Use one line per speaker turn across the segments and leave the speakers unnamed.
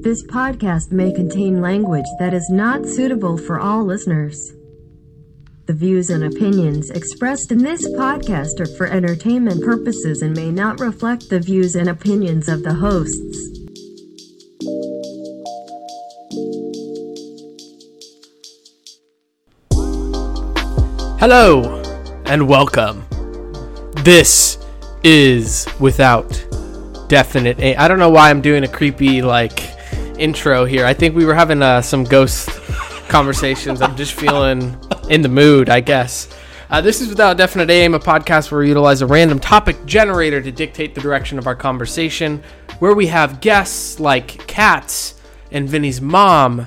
This podcast may contain language that is not suitable for all listeners. The views and opinions expressed in this podcast are for entertainment purposes and may not reflect the views and opinions of the hosts.
Hello and welcome. This is without definite. A- I don't know why I'm doing a creepy like intro here. I think we were having uh, some ghost conversations. I'm just feeling in the mood, I guess. Uh, this is without definite aim, a podcast where we utilize a random topic generator to dictate the direction of our conversation. Where we have guests like cats and Vinny's mom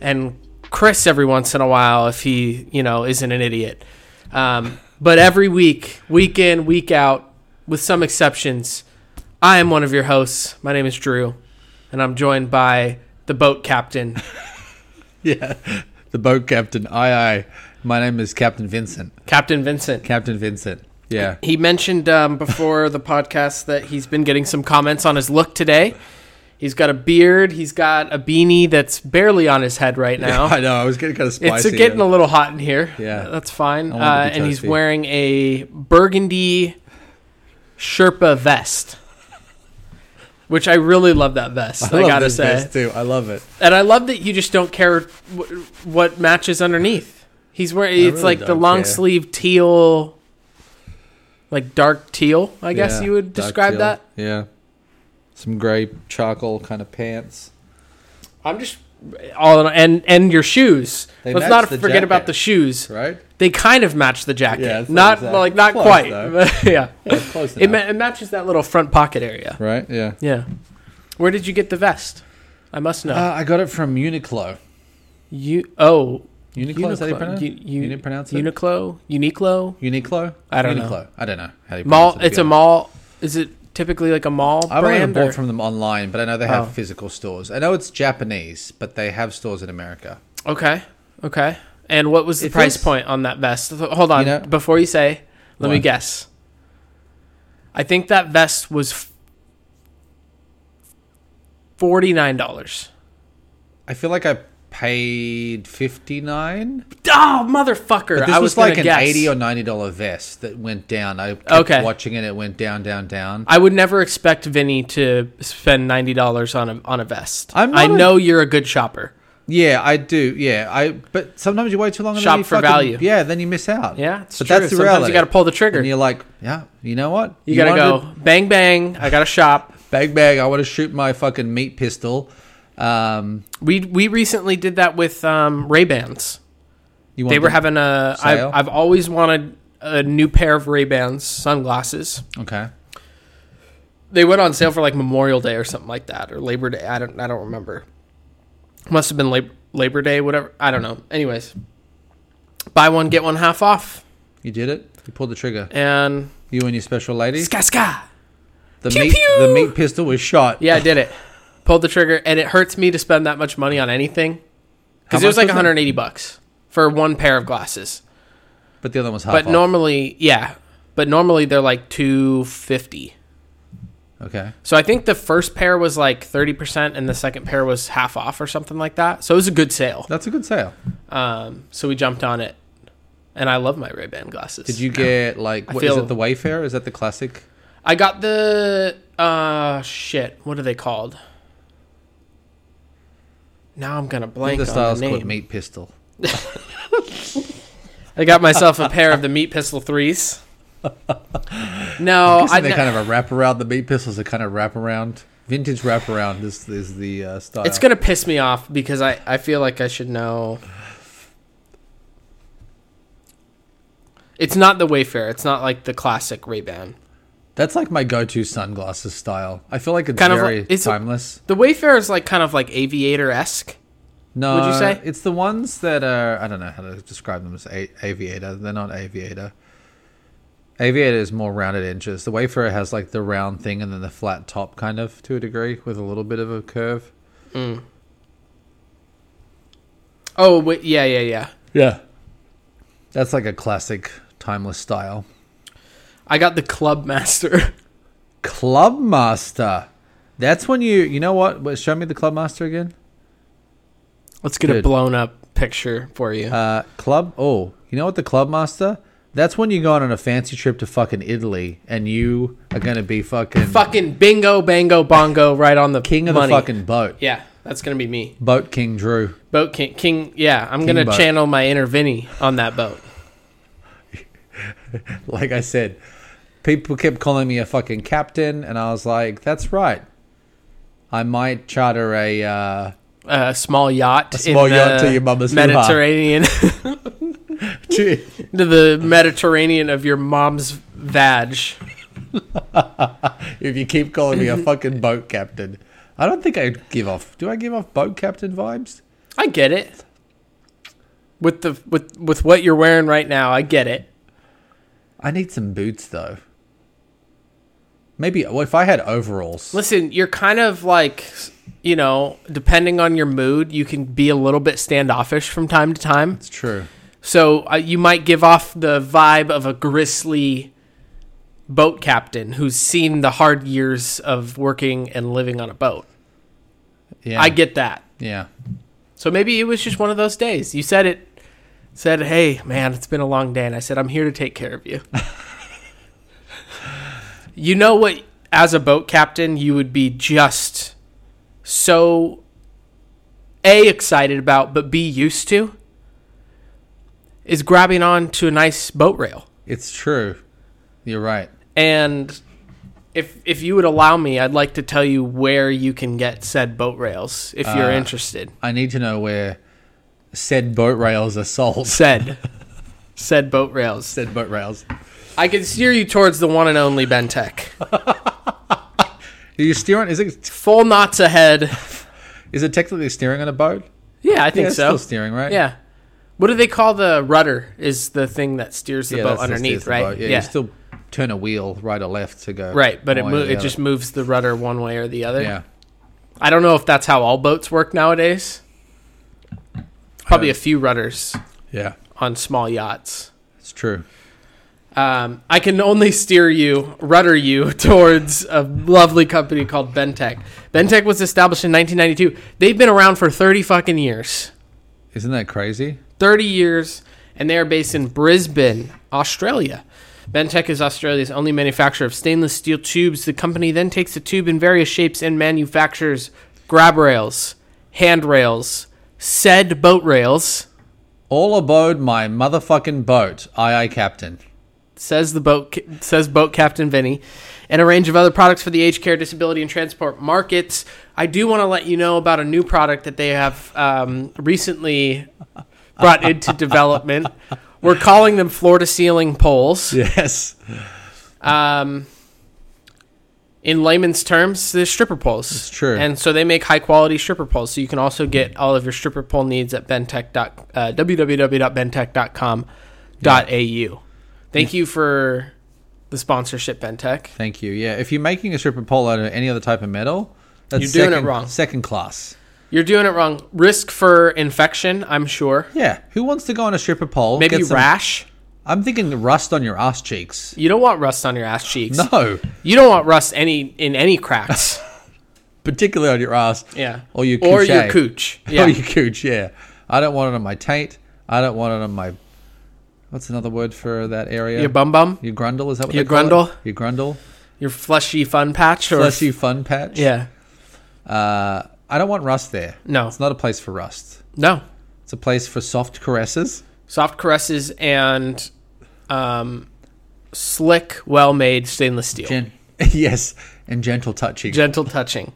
and Chris every once in a while if he you know isn't an idiot. Um, but every week, week in, week out, with some exceptions, I am one of your hosts. My name is Drew, and I'm joined by the boat captain.
Yeah. The boat captain. Aye, aye. My name is Captain Vincent.
Captain Vincent.
Captain Vincent. Yeah.
He mentioned um, before the podcast that he's been getting some comments on his look today. He's got a beard. He's got a beanie that's barely on his head right now.
I know. I was getting kind of
It's
spicy.
uh, getting a little hot in here.
Yeah.
that's fine.
I wanted
Uh,
to be
and he's
toasty.
wearing a burgundy Sherpa vest, which I really love that vest. I,
love
gotta
this
say,
vest, too. I love it.
and I love that you just don't care w- what matches underneath. He's wearing it's
really
like the
don't
long
care.
sleeve teal, like dark teal. I guess
Yeah.
you would
Dark
describe
teal.
that.
Yeah. Some gray charcoal kind of pants.
I'm just all in, and and your shoes.
They
Let's
match
not
the
forget about
jacket.
the shoes.
Right?
They kind of match the jacket.
Yeah, it's
not
exact-
like not
close,
quite.
though.
yeah.
Close
It,
enough.
ma- it matches that little front pocket area.
right? Yeah.
Yeah. Where did you get the vest? I must know.
Uh, I got it from Uniqlo.
you oh
Uniqlo, is how you pronounce
You,
it?
you,
didn't pronounce it?
Uniqlo. Uniqlo.
Uniqlo?
I don't know.
Uniqlo. I don't know how you
Mall.
pronounce it, to
It's
be
a
honest.
mall. Is it typically like a mall
I've only
brand?
bought
or-
from them online, but I know they have
Oh.
physical stores. I know it's Japanese, but they have stores in America.
okay. Okay. And what was the
It
price
feels-
point on that vest? Th- Hold on.
You know-
Before you say, let me
What?
guess. I think that vest was forty nine dollars.
I feel like I paid fifty nine.
Oh motherfucker!
But this
I was,
was, like
gonna
an
guess.
eighty or ninety dollar vest that went down. I kept
Okay.
watching it. It went down, down, down.
I would never expect Vinny to spend ninety dollars on a on a vest.
I'm not
I
a-
know you're a good shopper.
Yeah, I do. Yeah, I. But sometimes you wait too long. and then
Shop
you
for
fucking-
value.
Yeah, then you miss out.
Yeah, it's
but
true.
that's the
Sometimes
reality.
you got to pull the trigger.
And you're like, yeah, you know what?
You, gotta
wanted-
go bang bang. I gotta shop.
bang bang. I want to shoot my fucking meat pistol. Um,
We we recently did that with um, Ray Bans.
you want
They were
the-
having a.
Sale?
I've, I've always wanted a new pair of Ray Bans sunglasses.
okay.
They went on sale for like Memorial Day or something like that, or Labor Day. I don't I don't remember. Must have been Labor Labor Day, whatever. I don't know. Anyways, buy one get one half off,
You did it. You pulled the trigger.
and
You and your special lady.
ska ska.
The
Pew,
meat.
pew!
The meat pistol was shot.
Yeah, I did it. Pulled the trigger, and it hurts me to spend that much money on anything because it was
much
like
was it?
180 bucks for one pair of glasses.
But the other one was half
But
off.
normally, yeah, but normally they're like 250.
Okay.
So I think the first pair was like 30%, and the second pair was half off or something like that. So it was a good sale.
That's a good sale.
Um, so we jumped on it, and I love my Ray Ban glasses.
Did you get like
I
what is
feel-
it the Wayfair? Is that the classic?
I got the uh shit. What are they called? Now I'm gonna
I
blank
think the
on
style's
the
called
name.
Meat Pistol.
I got myself a pair of the meat pistol threes. No,
I
Oh, I
they
ne-
kind of a wraparound. The meat pistols are kind of wraparound, vintage wraparound. This is the uh, style.
it's gonna piss me off because I, I feel like I should know. It's not the Wayfair. It's not like the classic Ray Ban.
That's like my go-to sunglasses style. I feel like it's
Kind of
very
like- it's a-
timeless.
The Wayfair is like kind of like aviator esque.
no,
would you say?
it's the ones that are? I don't know how to describe them as a- aviator. They're not aviator. Aviator is more rounded inches. The Wayfarer has like the round thing and then the flat top, kind of to a degree, with a little bit of a curve.
Oh wait, yeah, yeah, yeah.
Yeah. That's like a classic timeless style.
I got the Club Master.
Club Master. That's when you you know what? Wait, Show me the club master again.
Let's get a
Good.
blown up picture for you.
Uh, club. Oh, you know what? The club master. That's when you go on a fancy trip to fucking Italy and you are gonna be fucking
fucking bingo, bango, bongo, right on the
king of
money.
the fucking boat.
Yeah, that's gonna be me.
Boat King Drew.
Boat king, king. Yeah, I'm gonna
boat.
channel my inner Vinny on that boat.
Like I said, people kept calling me a fucking captain, and I was like, "That's right. I might charter a." Uh,
A small yacht, a
small yacht to your mama's hoo-ha.
Mediterranean,
to-
to the Mediterranean of your mom's vag.
if you keep calling me a fucking boat captain, I don't think I give off. Do I give off boat captain vibes?
I get it. With the with with what you're wearing right now, I get it.
I need some boots though. Maybe well, if I had overalls.
Listen, you're kind of like, you know, depending on your mood, you can be a little bit standoffish from time to time.
It's true.
So uh, you might give off the vibe of a grisly boat captain who's seen the hard years of working and living on a boat.
Yeah.
I get that.
Yeah.
So maybe it was just one of those days. You said it said, "Hey, man, it's been a long day." And I said, "I'm here to take care of you." you know what as a boat captain, you would be just so a excited about but b used to is grabbing on to a nice boat rail.
It's true. You're right.
And if if you would allow me, I'd like to tell you where you can get said boat rails if you're interested.
I need to know where said boat rails are sold.
Said said boat rails.
Said boat rails.
I can steer you towards the one and only Bentec.
Are you steering? Is it
Full knots ahead.
is it technically steering on a boat?
Yeah, I
Yeah,
think
it's
so.
still steering, right?
Yeah. What do they call the rudder? Is the thing that steers the
Yeah,
boat
that's- that's-
underneath,
that's the
right?
boat. Yeah, You still turn a wheel right or left to go.
right. But it
one
mo-
way or the
it just
other.
moves the rudder one way or the other.
yeah.
I don't know if that's how all boats work nowadays.
Uh,
Probably a few rudders
Yeah.
on small yachts.
It's true.
Um, I can only steer you, rudder you towards a lovely company called Bentec. Bentec was established in 1992. They've been around for 30 fucking years.
Isn't that crazy?
30 years, and they are based in Brisbane, Australia. Bentec is Australia's only manufacturer of stainless steel tubes. The company then takes the tube in various shapes and manufactures grab rails, handrails, said boat rails,
All aboard my motherfucking boat, aye aye, captain.
says the boat says boat captain Vinny, and a range of other products for the aged care, disability, and transport markets. I do want to let you know about a new product that they have um, recently brought into development. We're calling them floor to ceiling poles.
Yes.
um, in layman's terms, the stripper poles. It's
true.
And so they make high quality stripper poles. So you can also get all of your stripper pole needs at bentech. dot- Uh, www.bentech.com.au. Thank you for the sponsorship, Bentech.
Thank you. Yeah. If you're making a stripper pole out of any other type of metal, that's
You're doing it
second,
wrong.
Second class.
You're doing it wrong. Risk for infection, I'm sure.
Yeah. Who wants to go on a stripper pole?
Maybe
get some-
rash.
I'm thinking rust on your ass cheeks.
You don't want rust on your ass cheeks.
No,
You don't want rust any in any cracks.
particularly on your ass.
yeah.
Or your
or
cooch.
your cooch. Yeah.
Or your cooch. Yeah. I don't want it on my taint. I don't want it on my. What's another word for that area?
your bum bum.
Your grundle. Is that what
Your
they call it?
grundle.
Your grundle.
Your fleshy fun patch. Or
Fleshy fun patch.
Yeah.
Uh, I don't want rust there.
No.
It's not a place for rust.
No.
It's a place for soft caresses.
Soft caresses and um, slick, well made stainless steel.
Gen- yes, and gentle touching.
gentle touching.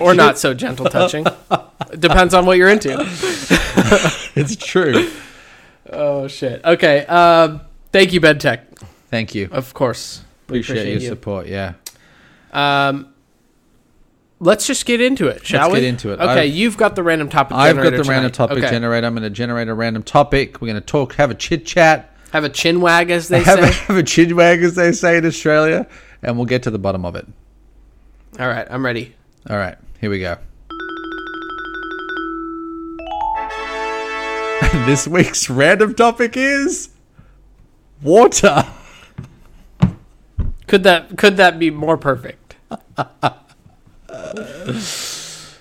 or not so gentle touching. Depends on what you're into.
it's true.
Oh, shit. Okay. Uh, thank you, BedTech.
Thank you.
Of course. We
Appreciate, your support. Yeah.
Um, let's just get into it, shall
Let's
we?
get into it.
Okay,
I've-
you've got the random topic
I've
generator.
got the random
tonight.
topic
Okay.
generator. I'm going to generate a random topic. We're going to talk, have a chit chat,
Have a chin wag, as they
have, a-
say.
have a chin wag, as they say in Australia, and we'll get to the bottom of it.
All right, I'm ready.
All right, here we go. this week's random topic is water.
Could that could that be more perfect?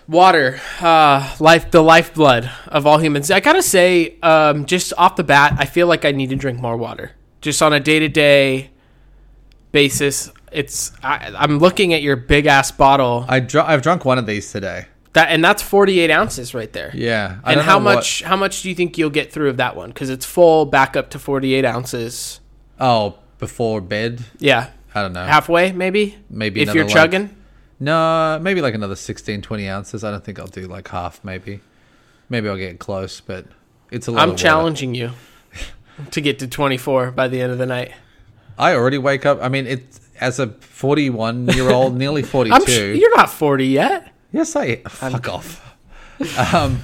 Water, uh, life, the lifeblood of all humans. I gotta say, um, just off the bat, I feel like I need to drink more water. Just on a day to day basis, it's I, I'm looking at your big ass bottle
I dr- I've drunk one of these today.
that, and that's 48 ounces right there.
Yeah. I
And
don't
how
know what-
much how much do you think you'll get through of that one? Because it's full back up to 48 ounces.
oh, before bed.
Yeah,
I don't know.
halfway maybe.
Uh, Maybe
if you're
another, like-
chugging.
No, maybe like another 16, 20 ounces. I don't think I'll do like half, maybe. Maybe I'll get close, but it's a lot of
I'm
water.
challenging you to get to 24 by the end of the night.
I already wake up. I mean, it's as a 41 year old, nearly 42.
I'm sh- you're not 40 yet.
Yes, I fuck off. Um,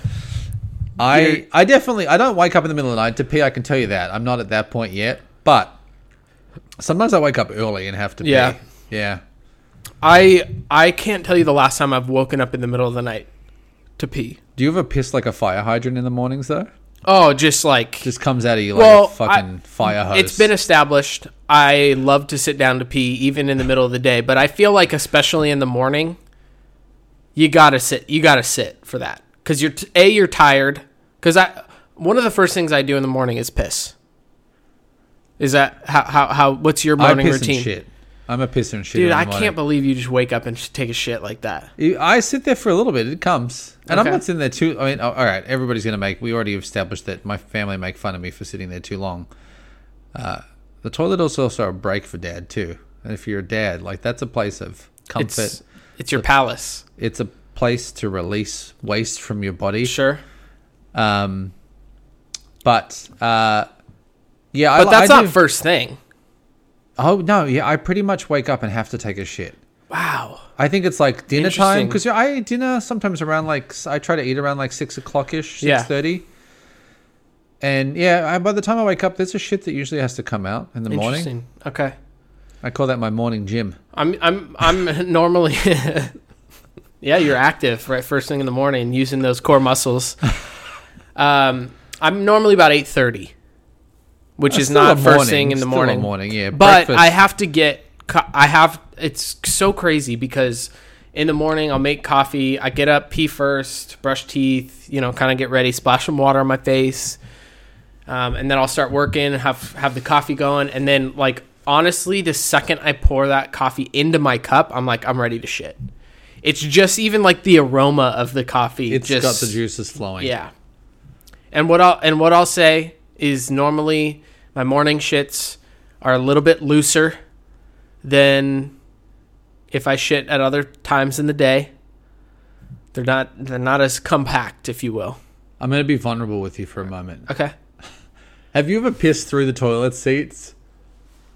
I I definitely I don't wake up in the middle of the night to pee. I can tell you that I'm not at that point yet. But sometimes I wake up early and have to
Yeah.
pee. Yeah,
I I can't tell you the last time I've woken up in the middle of the night to pee.
Do you ever piss like a fire hydrant in the mornings though?
Oh, just like
Just comes out of you like
Well,
a fucking fire hose.
it's been established. I love to sit down to pee even in the middle of the day, but I feel like especially in the morning, you gotta sit. You gotta sit for that because you're t- a you're tired. Because I one of the first things I do in the morning is piss. Is that how how, how what's your
I
morning
piss
routine?
and shit. I'm a piss and shit. in
Dude,
the
I
morning.
can't believe you just wake up and sh- take a shit like that.
You- I sit there for a little bit. It comes, and
Okay.
I'm not sitting there too. I mean, oh, all right, everybody's gonna make. We already established that my family make fun of me for sitting there too long. Uh, the toilet is also a break for dad too. And if you're a dad, like that's a place of comfort.
It's
It's,
it's your palace,
a place to release waste from your body.
sure.
Um, but uh, yeah,
But
I,
that's
I
not
do-
first thing.
Oh no, yeah, I pretty much wake up and have to take a shit.
Wow.
I think it's like dinner time
Interesting.
because I eat dinner sometimes around like s- I try to eat around like six o'clock ish,
Yeah.
six thirty. And yeah, I, by the time I wake up, there's a shit that usually has to come out in the morning.
Interesting. Okay.
I call that my morning gym.
I'm I'm I'm normally Yeah, you're active right first thing in the morning using those core muscles. Um I'm normally about 8:30, which is
Still a
not
morning,
first thing in the
still a
morning.
morning, yeah.
But I
breakfast-
have to get co- I have it's so crazy because in the morning I'll make coffee, I get up, pee first, brush teeth, you know, kind of get ready, splash some water on my face. Um, and then I'll start working, have have the coffee going, and then like honestly, the second I pour that coffee into my cup, I'm like I'm ready to shit. It's just even like the aroma of the coffee.
It's
just
got the juices flowing.
yeah. And what I'll and what I'll say is normally my morning shits are a little bit looser than if I shit at other times in the day. They're not they're not as compact, if you will.
I'm gonna be vulnerable with you for a moment.
Okay.
Have you ever pissed through the toilet seats,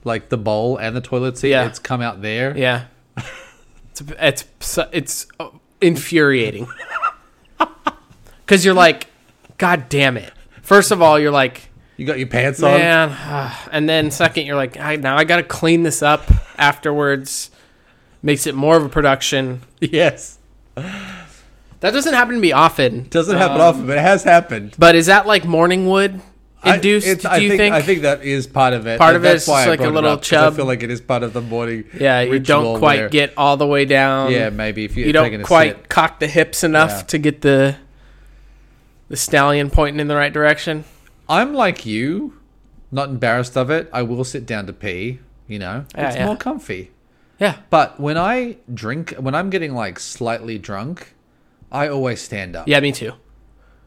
like the bowl and the toilet seat?
Yeah.
It's come out there.
Yeah. it's it's so- it's uh, infuriating. Cuz you're like god damn it. First of all, you're like
You got your pants on.
man, ah, and then second you're like I, now I got to clean this up afterwards. Makes it more of a production.
Yes.
That doesn't happen to me often.
Doesn't
Um,
happen often, but it has happened.
But is that like morning wood induced?
I, it's-
do
I
you think,
I think that is part of it.
Part
and
of it
that's
is
why
just
I
like a
brought it
little
up, 'cause
chub.
I feel like it is part of the morning.
Yeah, you
ritual
don't quite
where-
get all the way down.
Yeah, maybe if you're
you
taking
don't
a
quite
sip.
cock the hips enough
Yeah.
to get the the stallion pointing in the right direction.
I'm like you, not embarrassed of it. I will sit down to pee. You know,
Yeah,
it's
yeah.
more comfy.
Yeah.
But when I drink, when I'm getting like slightly drunk, I always stand up.
Yeah, me too.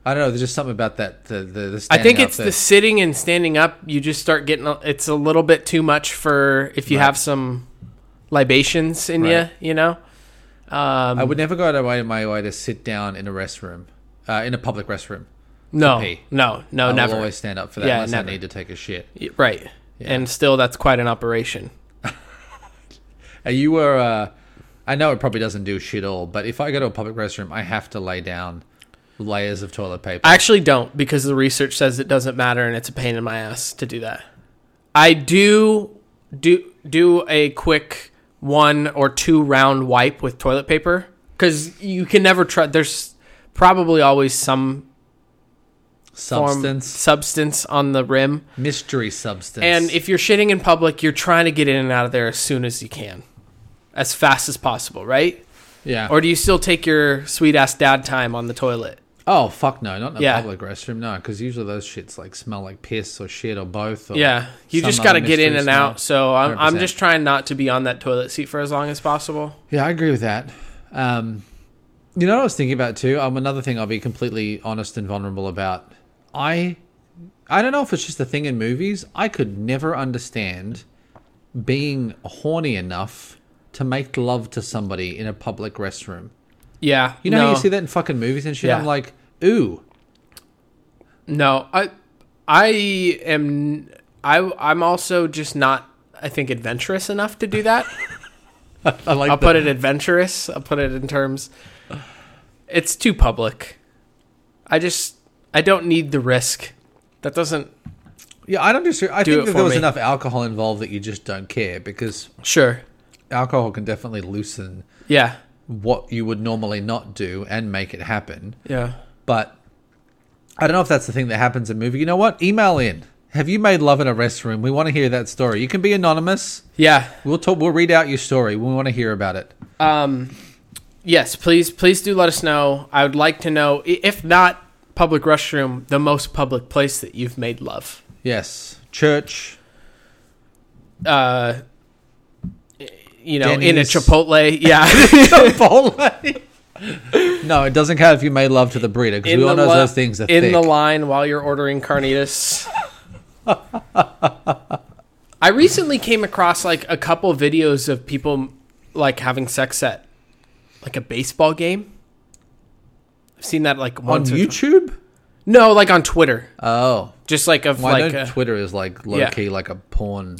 I don't know. There's just something about that. The the, the
I
standing
think
up
it's
that-
the sitting and standing up. You just start getting. a- It's a little bit too much for if you
Right.
have some libations in
Right.
you. You know. Um,
I would never go out of my- my way to sit down in a restroom, uh, in a public restroom.
no,
pee.
no, no,
I
never.
will always stand up for that
Yeah,
unless
never.
I need to take a shit.
Y- Right. And still, that's quite an operation.
Uh, You were. Uh, I know it probably doesn't do shit all, but if I go to a public restroom, I have to lay down layers of toilet paper.
I actually don't because the research says it doesn't matter, and it's a pain in my ass to do that. I do do do a quick one or two round wipe with toilet paper because you can never try. There's probably always some form
Substance,
substance on the rim.
mystery substance,
And if you're shitting in public, you're trying to get in and out of there as soon as you can, as fast as possible, right?
yeah,
Or do you still take your sweet ass dad time on the toilet?
oh fuck no, not in a
Yeah.
public restroom, no, because usually those shits like smell like piss or shit or both. Or
Yeah, you
some
just
other
got to get in
mystery
and
smell.
out. So I'm, I'm
100%.
just trying not to be on that toilet seat for as long as possible.
Yeah, I agree with that. Um, you know what I was thinking about too? Um, another thing I'll be completely honest and vulnerable about. I, I don't know if it's just a thing in movies. I could never understand being horny enough to make love to somebody in a public restroom.
Yeah,
You know how
no.
you see that in fucking movies and shit.
Yeah.
I'm like, ooh,
No, I I am I I'm also just not I think adventurous enough to do that.
I like
I'll
that.
put it adventurous. I'll put it in terms it's too public. I just I don't need the risk. That doesn't
Yeah, I don't just. I
Do
think
it
that
for
there was
me.
enough alcohol involved that you just don't care because
sure.
alcohol can definitely loosen
Yeah.
what you would normally not do and make it happen.
Yeah.
But I don't know if that's the thing that happens in movie. You know what? Email in. Have you made love in a restroom? We want to hear that story. You can be anonymous.
Yeah.
We'll talk. We'll read out your story. We want to hear about it.
Yes, please please do let us know. I would like to know i- if not public restroom, the most public place that you've made love.
Yes, church.
Uh you know, in a
Denny's.
Chipotle. Yeah.
Chipotle. no, it doesn't count if you made love to the breeder because we all know
li-
those things are
in
thick.
the line while you're ordering carnitas. I recently came across like a couple videos of people like having sex at like a baseball game. I've seen that like
on
once. or twi-
YouTube.
no, like on Twitter,
Oh,
just like of
well,
like
I know
a-
Twitter is like low
yeah.
key like a porn.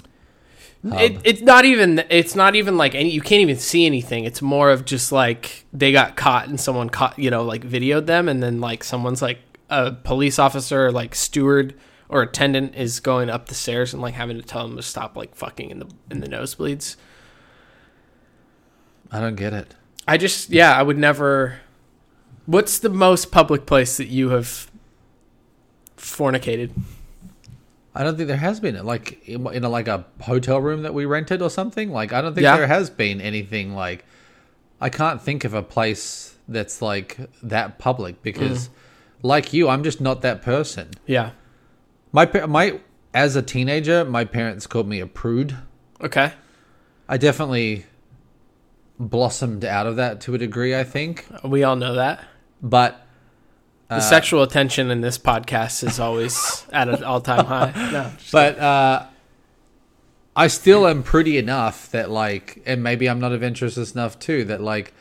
it, it's not even it's not even like any you can't even see anything. It's more of just like they got caught and someone caught you know like videoed them and then like someone's like a police officer or, like steward or attendant is going up the stairs and like having to tell them to stop like fucking in the in the nosebleeds.
I don't get it.
I just yeah I would never. What's the most public place that you have fornicated?
I don't think there has been like in, in a, like a hotel room that we rented or something. Like I don't think
Yeah.
there has been anything like. I can't think of a place that's like that public because, like you, I'm just not that person.
Yeah.
My pa- my as a teenager, my parents called me a prude.
Okay.
I definitely blossomed out of that to a degree, I think.
We all know that.
But
The
Uh,
sexual attention in this podcast is always at an all-time high. No.
but uh, I still am pretty enough that like, and maybe I'm not adventurous enough too that like,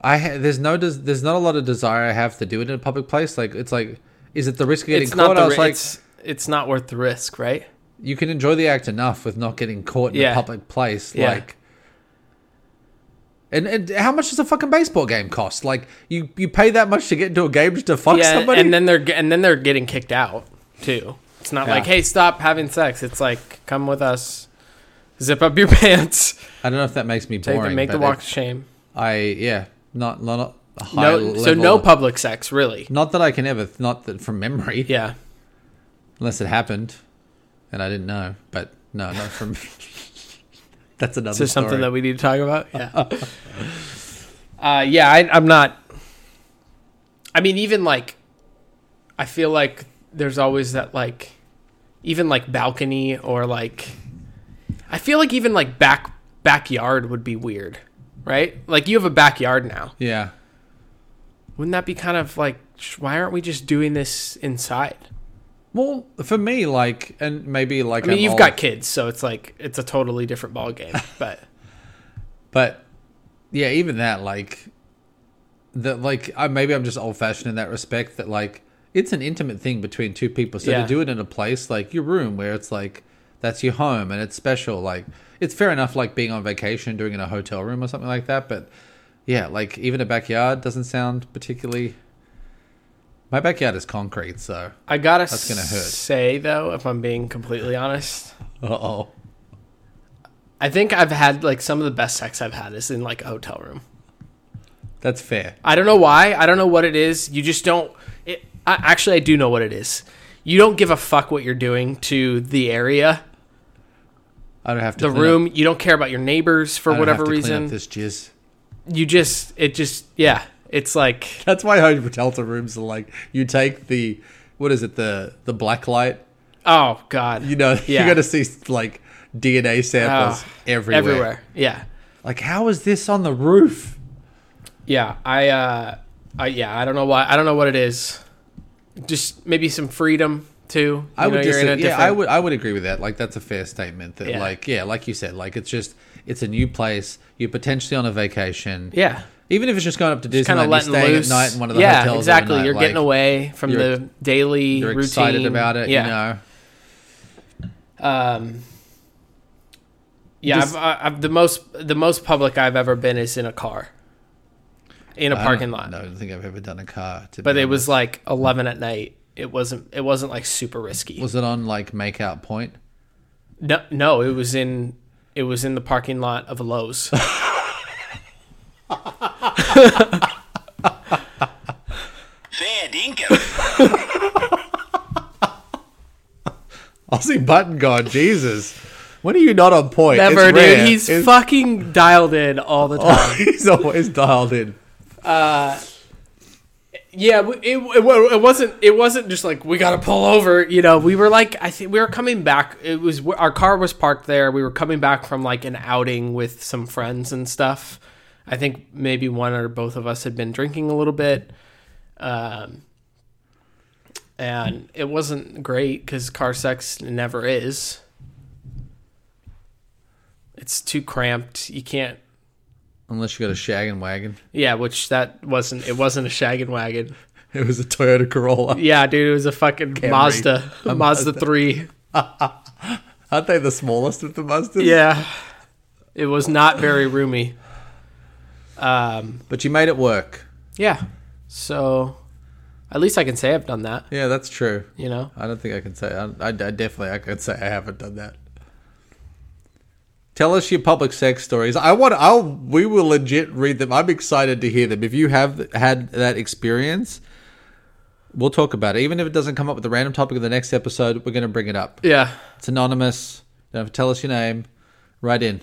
I ha- there's no des- there's not a lot of desire I have to do it in a public place. Like it's like, is it the risk of getting
it's
caught?
not
I
the
was
ri-
like,
it's, it's not worth the risk, right?
you can enjoy the act enough with not getting caught in a
Yeah.
public place.
Yeah.
Like, and, and how much does a fucking baseball game cost? Like you you pay that much to get into a game just to fuck
yeah,
somebody?
and then they're ge- and then they're getting kicked out too. It's not like,
Yeah.
hey, stop having sex. It's like, come with us, zip up your pants,
I don't know if that makes me
take
boring.
the, make the
but
walk of
it-
shame.
I yeah, not not a high
No, so
level
no
of-
public sex, really.
Not that I can ever, not that from memory,
Yeah,
unless it happened and I didn't know. But no, not from. That's another.
is this something
story.
that we need to talk about? Yeah, uh, yeah. I, I'm not. I mean, even like, I feel like there's always that like, even like balcony or like, I feel like even like back backyard would be weird, right? Like you have a backyard now.
Yeah,
Wouldn't that be kind of like, sh- why aren't we just doing this inside?
well, for me, like, and maybe like.
I mean,
I'm
you've
old,
got kids, so it's like it's a totally different ball game. But
but yeah, even that, like, that, like, I maybe I'm just old fashioned in that respect. That like, it's an intimate thing between two people. So
Yeah.
to do it in a place like your room, where it's like that's your home and it's special. Like, it's fair enough, like being on vacation, doing it in a hotel room or something like that. But yeah, like even a backyard doesn't sound particularly. My backyard is concrete, so
I gotta
gonna hurt.
say though, if I'm being completely honest,
uh oh.
I think I've had like some of the best sex I've had is in like a hotel room.
That's fair.
I don't know why. I don't know what it is. You just don't. It, I, actually, I do know what it is. You don't give a fuck what you're doing to the area,
I don't have to
the
clean up-
room. You don't care about your neighbors for
I don't
whatever
have to clean up
reason.
this jizz.
You just, it just, yeah. It's like
That's why Hotel Delta rooms are like you take the what is it the the black light.
Oh God!
You know
Yeah.
you got to see like DNA samples
Oh,
everywhere.
Yeah,
Like how is this on the roof?
yeah. I, uh, I, yeah. I don't know why. I don't know what it is. Just maybe some freedom too.
I
You
would
know, you're
just
in a
yeah I
different-
would I would agree with that. Like that's a fair statement. That
Yeah.
like yeah like you said like it's just it's a new place. You're potentially on a vacation.
Yeah.
Even if it's just going up to
Kind
Disneyland,
of
you're
letting
staying
loose
at night in one of the
yeah,
hotels.
exactly.
overnight,
you're getting
like,
away from
you're-
the daily
You're
routine.
excited about it.
Yeah,
You know.
um, yeah.
Just-
I've, I've the most the most public I've ever been is in a car, in a
I
parking
don't-
lot.
No, I don't think I've ever done a car. To
But
be
it
honest.
was like eleven at night. It wasn't. It wasn't like super risky.
was it on like Makeout Point?
No, no, it was in it was in the parking lot of Lowe's.
Fair dinkum.
Aussie button guard, Jesus. When are you not on point? It's
Never, dude.
rare.
He's
It's- Oh,
fucking dialed in all the time.
he's always dialed in.
Yeah, we- it, it, wa- it wasn't it wasn't just like we got to pull over. You know, we were like I think we were coming back. It was our car was parked there. We were coming back from like an outing with some friends and stuff. I think maybe one or both of us had been drinking a little bit, um, and it wasn't great because car sex never is. It's too cramped. You can't.
Unless you got a shag and wagon.
Yeah, which that wasn't. It wasn't a shaggin' wagon.
It was a Toyota Corolla.
Yeah, dude, it was a fucking Mazda, a Mazda three.
Aren't they the smallest of the Mazdas?
Yeah, it was not very roomy. Um,
But you made it work.
yeah, so at least I can say I've done that.
Yeah, that's true.
You know,
I don't think I can say. I, I, I definitely I could say I haven't done that. Tell us your public sex stories. I want. I'll. We will legit read them. I'm excited to hear them. If you have had that experience, we'll talk about it. Even if it doesn't come up with the random topic of the next episode, we're going to bring it up.
yeah,
It's anonymous. Don't have to tell us your name. Write in.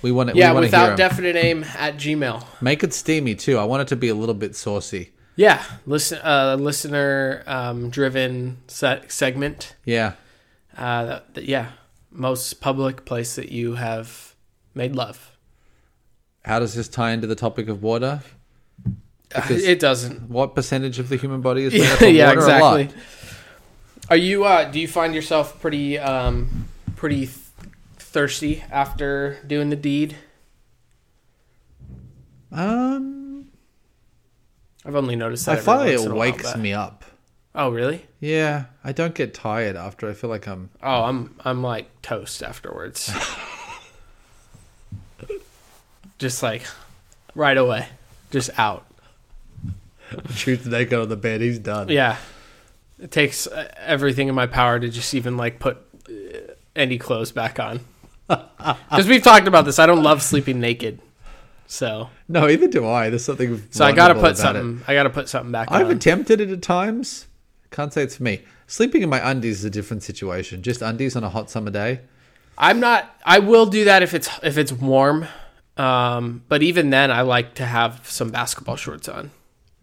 We want it.
yeah.
we want
without
to hear 'em.
definite aim at Gmail.
Make it steamy too. I want it to be a little bit saucy.
Yeah, listen, uh, listener um, driven se- segment.
Yeah.
Uh, that, that- yeah, most public place that you have made love.
How does this tie into the topic of water? Because-
It doesn't.
What percentage of the human body is made up
yeah,
of
yeah,
water? A lot.
exactly. Are you? Uh, do you find yourself pretty, um, pretty th- thirsty after doing the deed?
Um,
I've only noticed that.
I
every
find
once in
it
a while,
wakes
but-
me up.
Oh really?
Yeah, I don't get tired after. I feel like I'm.
Oh, I'm I'm like toast afterwards. Just like right away, just out.
Shoot the naked on the bed. He's done.
Yeah, it takes uh, everything in my power to just even like put uh, any clothes back on. Because we've talked about this. I don't love sleeping naked, so.
No, either do I. There's something.
So I gotta
vulnerable
put
about it.
something. I gotta put something back.
I've
on.
attempted it at times. Can't say it's for me. Sleeping in my undies is a different situation. Just undies on a hot summer day.
I'm not. I will do that if it's if it's warm. Um, but even then, I like to have some basketball shorts on.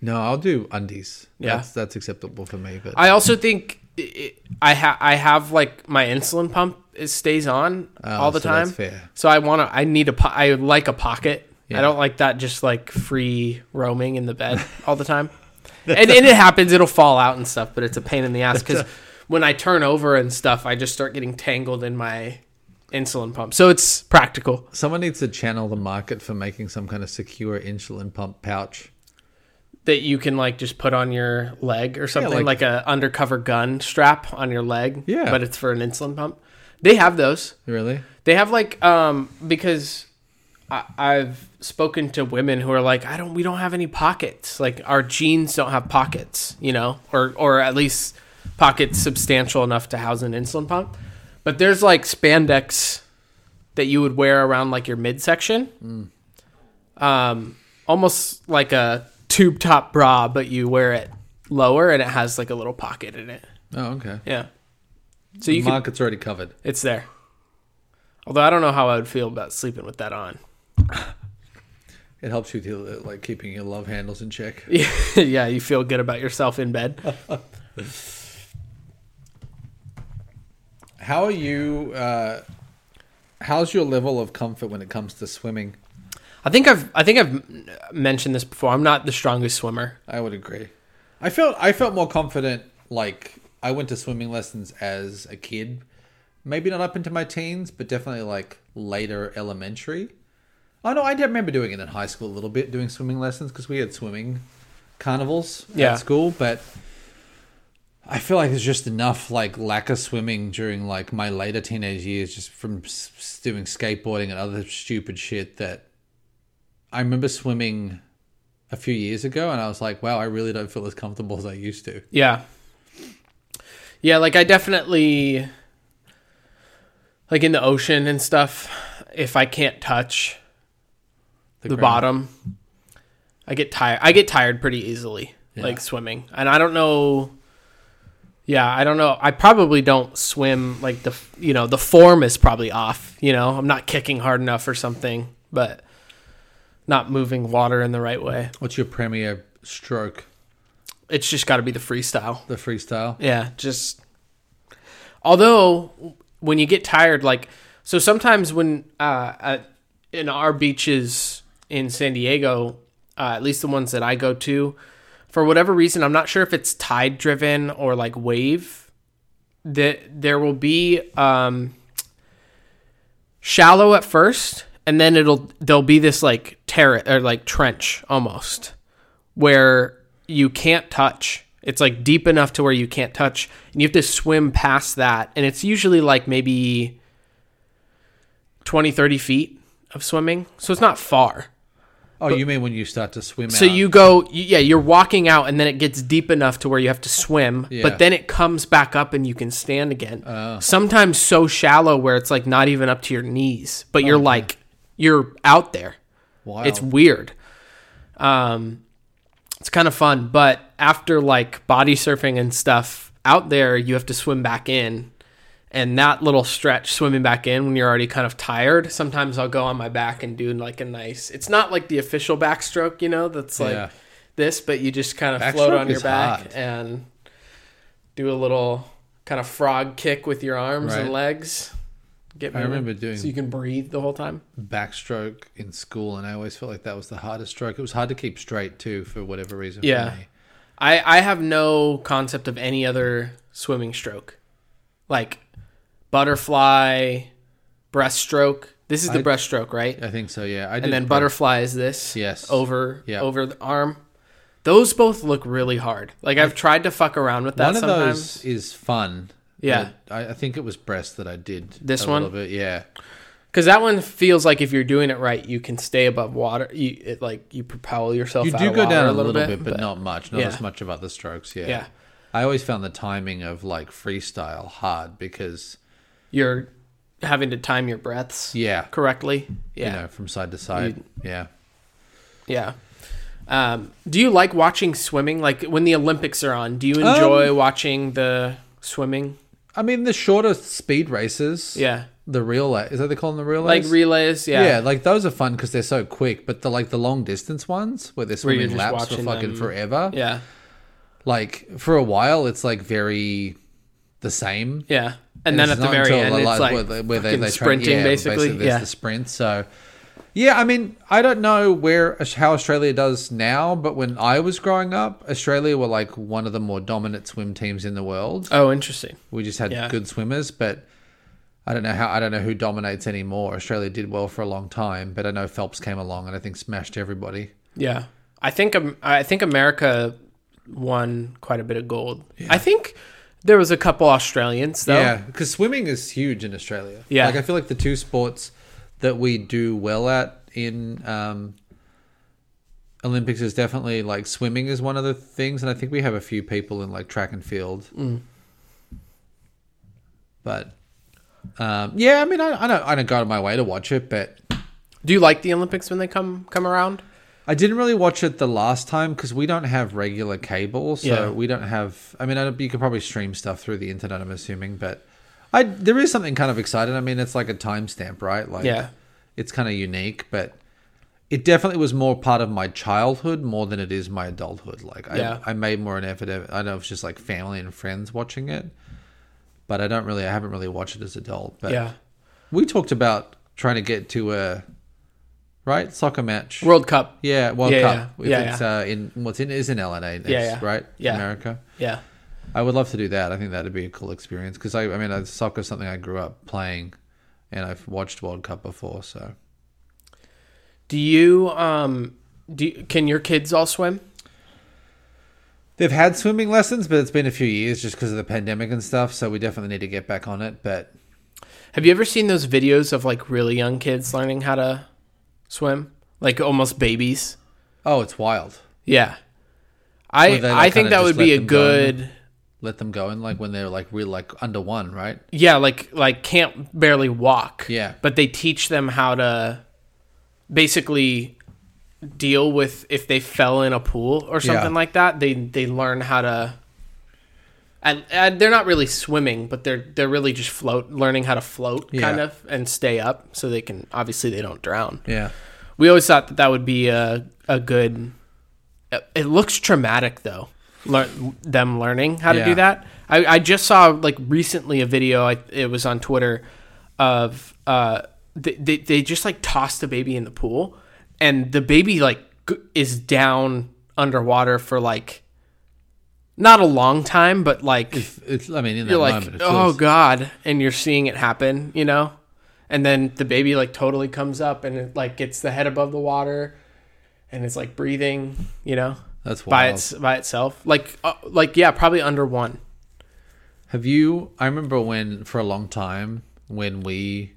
No, I'll do undies.
Yeah.
that's, that's acceptable for me. But
I also think i I ha- I have like my insulin pump is stays on all the
Oh, so
time.
that's fair.
So I want to. I need a. Po- I like a pocket.
Yeah.
I don't like that just like free roaming in the bed all the time. and, and it happens. It'll fall out and stuff, but it's a pain in the ass because when I turn over and stuff, I just start getting tangled in my insulin pump. So it's practical.
someone needs to channel the market for making some kind of secure insulin pump pouch.
that you can like just put on your leg or something like,
like-
a undercover gun strap on your leg
Yeah.
but it's for an insulin pump they have those
Really?
they have like um because I, i've spoken to women who are like i don't we don't have any pockets like our jeans don't have pockets you know or or at least pockets substantial enough to house an insulin pump but there's like spandex that you would wear around like your midsection um almost like a tube top bra but you wear it lower and it has like a little pocket in it.
Oh, okay.
Yeah. So you
the
can,
market's already covered.
it's there. Although I don't know how I would feel about sleeping with that on.
It helps you to like keeping your love handles in check.
yeah, you feel good about yourself in bed.
How are you? Uh, how's your level of comfort when it comes to swimming?
I think I've I think I've mentioned this before. I'm not the strongest swimmer.
I would agree. I felt I felt more confident. Like I went to swimming lessons as a kid, maybe not up into my teens, but definitely like later elementary. Oh no, I do remember doing it in high school a little bit, doing swimming lessons because we had swimming carnivals
Yeah.
at school. But I feel like there's just enough like lack of swimming during like my later teenage years, just from s- s- doing skateboarding and other stupid shit that I remember swimming a few years ago and I was like, wow, I really don't feel as comfortable as I used to.
Yeah. Yeah, like I definitely like in the ocean and stuff, if I can't touch the,
ground.
bottom, I get tired I get tired pretty easily like swimming. And I don't know yeah, I don't know. I probably don't swim like the f- you know, the form is probably off, you know. I'm not kicking hard enough or something, but not moving water in the right way.
What's your premier stroke?
It's just got to be the freestyle.
The freestyle?
Yeah, just although when you get tired, like so sometimes when uh, at, in our beaches in San Diego, uh, at least the ones that I go to, for whatever reason, I'm not sure if it's tide driven or like wave. That there will be um, shallow at first, and then it'll there'll be this like terrace or like trench almost where you can't touch. It's like deep enough to where you can't touch, and you have to swim past that. And it's usually like maybe 20, 30 feet of swimming. So it's not far.
Oh, you mean when you start to swim
So
out?
you go, y- yeah, you're walking out, and then it gets deep enough to where you have to swim,
Yeah.
but then it comes back up and you can stand again. Sometimes so shallow where it's like not even up to your knees, but you're like, you're out there.
wow.
It's weird. Um, it's kind of fun, but after like body surfing and stuff out there, you have to swim back in, and that little stretch swimming back in when you're already kind of tired. Sometimes I'll go on my back and do like a nice. It's not like the official backstroke, you know, that's like
Yeah.
this, but you just kind of float
Backstroke
on your
is
back
hard.
and do a little kind of frog kick with your arms and
Right.
legs. Get
I
moving.
remember doing-
so you can breathe the whole time.
backstroke in school, and I always felt like that was the hardest stroke. It was hard to keep straight too, for whatever reason. for
Yeah.
me.
I, I have no concept of any other swimming stroke. Like butterfly, breaststroke. This is the
I-
breaststroke, right?
I think so. Yeah, I did
and then butterfly is this.
Yes.
Over
Yeah.
over the arm. Those both look really hard. Like I've tried to fuck around with that
One of
sometimes.
those is fun.
Yeah.
but I, I think it was breast that I did.
This
a
one?
little bit. Yeah,
Cuz that one feels like if you're doing it right, you can stay above water. You it like you propel yourself
you
out
do
of
go
water
down a little, bit, but, not much. Not
yeah.
as much of other strokes. Yeah.
Yeah.
I always found the timing of like freestyle hard because
you're having to time your breaths
yeah,
correctly. Yeah.
you know, from side to side. yeah.
Yeah. Um, do you like watching swimming? Like when the Olympics are on, do you
Um,
enjoy watching the swimming?
I mean, the shorter speed races.
Yeah.
The real is that they call them the real
Like relays? Yeah.
Yeah, like those are fun because they're so quick. But the like the long distance ones where they're
you're
swimming
just
laps for
watching
fucking
them.
forever.
yeah.
Like for a while, it's like very the same.
Yeah. And, then
it's
at the
not
very
until
end,
the
it's
last-
like
where they- where they-
fucking
they try-
sprinting,
yeah,
basically.
there's
Yeah.
the sprint. So yeah, I mean, I don't know where how Australia does now, but when I was growing up, Australia were like one of the more dominant swim teams in the world.
Oh, interesting.
We just had
Yeah.
good swimmers, but I don't know how I don't know who dominates anymore. Australia did well for a long time, but I know Phelps came along and I think smashed everybody.
Yeah. I think um, I think America won quite a bit of gold. I think there was a couple Australians though.
Yeah, because swimming is huge in Australia.
Oh. Yeah.
like I feel like the two sports that we do well at in um, Olympics is definitely like swimming is one of the things, and I think we have a few people in like track and field.
Mm.
But um, yeah, I mean, I, I don't I don't go out of my way to watch it, but
Do you like the Olympics when they come come around?
I didn't really watch it the last time because we don't have regular cable, so
Yeah.
we don't have. I mean, I, don't- you could probably stream stuff through the internet, I'm assuming, but I there is something kind of exciting. I mean, it's like a timestamp, right? Like,
Yeah.
it's kind of unique, but it definitely was more part of my childhood more than it is my adulthood. Like, I,
Yeah.
I made more an effort. Of, I don't know if it's just like family and friends watching it, but I don't really. I haven't really watched it as adult. But
Yeah.
we talked about trying to get to a right soccer match.
World Cup.
Yeah, World
Yeah,
Cup.
yeah,
If
yeah,
it's Uh, in what's in is in LA next,
Yeah, yeah.
right?
Yeah.
America.
Yeah.
I would love to do that. I think that'd be a cool experience because I, I mean, uh, soccer's something I grew up playing, and I've watched World Cup before. So
Do you um do you, can your kids all swim?
they've had swimming lessons, but it's been a few years just because of the pandemic and stuff. So we definitely need to get back on it. But
Have you ever seen those videos of like really young kids learning how to swim? Like almost babies?
oh, it's wild.
Yeah. I
Where they, like,
I think
kinda
that would
just
be
let
a
them go in
good
Let them go in like when they're like real like under one, right?
Yeah, like like can't barely walk.
Yeah.
But they teach them how to basically deal with if they fell in a pool or something
Yeah.
like that. They they learn how to and, and they're not really swimming, but they're they're really just float learning how to float
Yeah.
kind of and stay up so they can obviously they don't drown.
Yeah.
We always thought that that would be a a good it- it looks traumatic though lear- them learning how to do
Yeah.
that I, I just saw like recently a video I, it was on twitter of uh they, they, they just like tossed the baby in the pool and the baby like g- is down underwater for like not a long time but like
It's I mean in that
you're like
moment, it
oh
feels-
god and you're seeing it happen you know and then the baby like totally comes up and it like gets the head above the water and it's like breathing you know
that's wild.
by its by itself like uh, like yeah probably under one
Have you? I remember when, for a long time, when we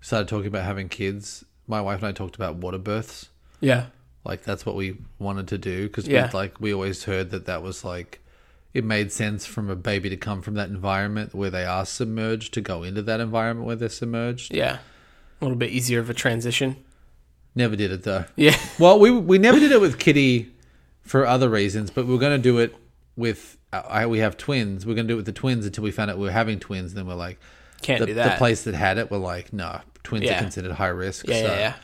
started talking about having kids, my wife and I talked about water births.
yeah
Like that's what we wanted to do because
Yeah.
like we always heard that that was like it made sense from a baby to come from that environment where they are submerged to go into that environment where they're submerged.
yeah a little bit easier of a transition
Never did it though.
yeah
Well, we we never did it with Kitty for other reasons, but we were gonna do it with uh, I we have twins. We are gonna do it with the twins until we found out we were having twins. Then we're like,
Can't
the,
do that.
The place that had it were like, no, twins
Yeah.
are considered high risk.
yeah
so
yeah yeah,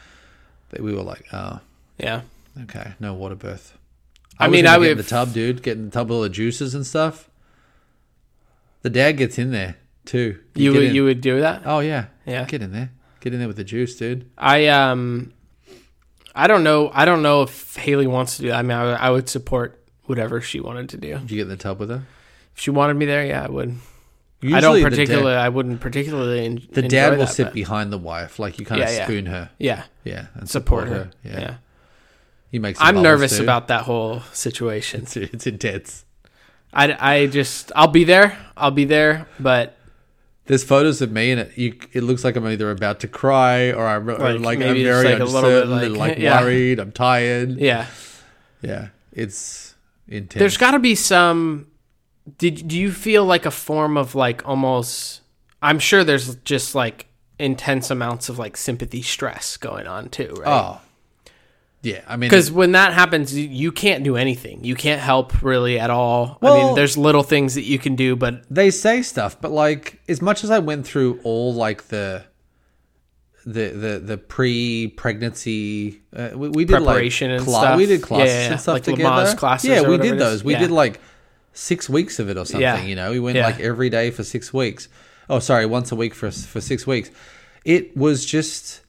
that we were like, oh,
yeah.
okay, no water birth.
I
was
mean,
gonna
I
get in
would-
the tub, dude, get in the tub with all the juices and stuff. The dad gets in there too.
you
get
would
in-
you would do that
Oh yeah,
Yeah.
Get in there, get in there with the juice, dude.
I um, I don't know. I don't know if Haley wants to do. That. I mean, I, I would support whatever she wanted to do.
Did you get in the tub with her?
If she wanted me there, yeah, I would. I
Usually
don't
the dad-
particularly. I wouldn't particularly. En-
The
enjoy
dad will
that,
sit
but-
behind the wife, like you kind of
Yeah, yeah.
spoon her,
Yeah,
yeah, and
support her. Yeah,
Yeah. he makes. some
I'm
bubbles,
nervous
too.
about that whole situation.
It's, it's intense.
I, I just I'll be there. I'll be there. But
There's photos of me, and it you, it looks like I'm either about to cry or I'm like,
Like,
like I'm
maybe just
very
like a little bit
uncertain and
like-
like
yeah.
worried. I'm tired. Yeah,
yeah,
it's intense.
there's got to be some. Did do you feel like a form of like almost? I'm sure there's just like intense amounts of like sympathy stress going on too, right?
oh, yeah. I mean,
Because when that happens, you- you can't do anything. You can't help really at all. I mean,
Well-
there's little things that you can do, but
they say stuff, but like as much as I went through all like the the the the pre-pregnancy uh, we, we did
Preparation
like
and stuff.
we did classes
Yeah, yeah, yeah.
and stuff
Like
together.
Lamaze classes
yeah,
or
we
whatever
did
it is.
those. We
Yeah.
did like six weeks of it or something.
Yeah.
You know, we went
Yeah.
like every day for six weeks. Oh, sorry, once a week for for six weeks. It was just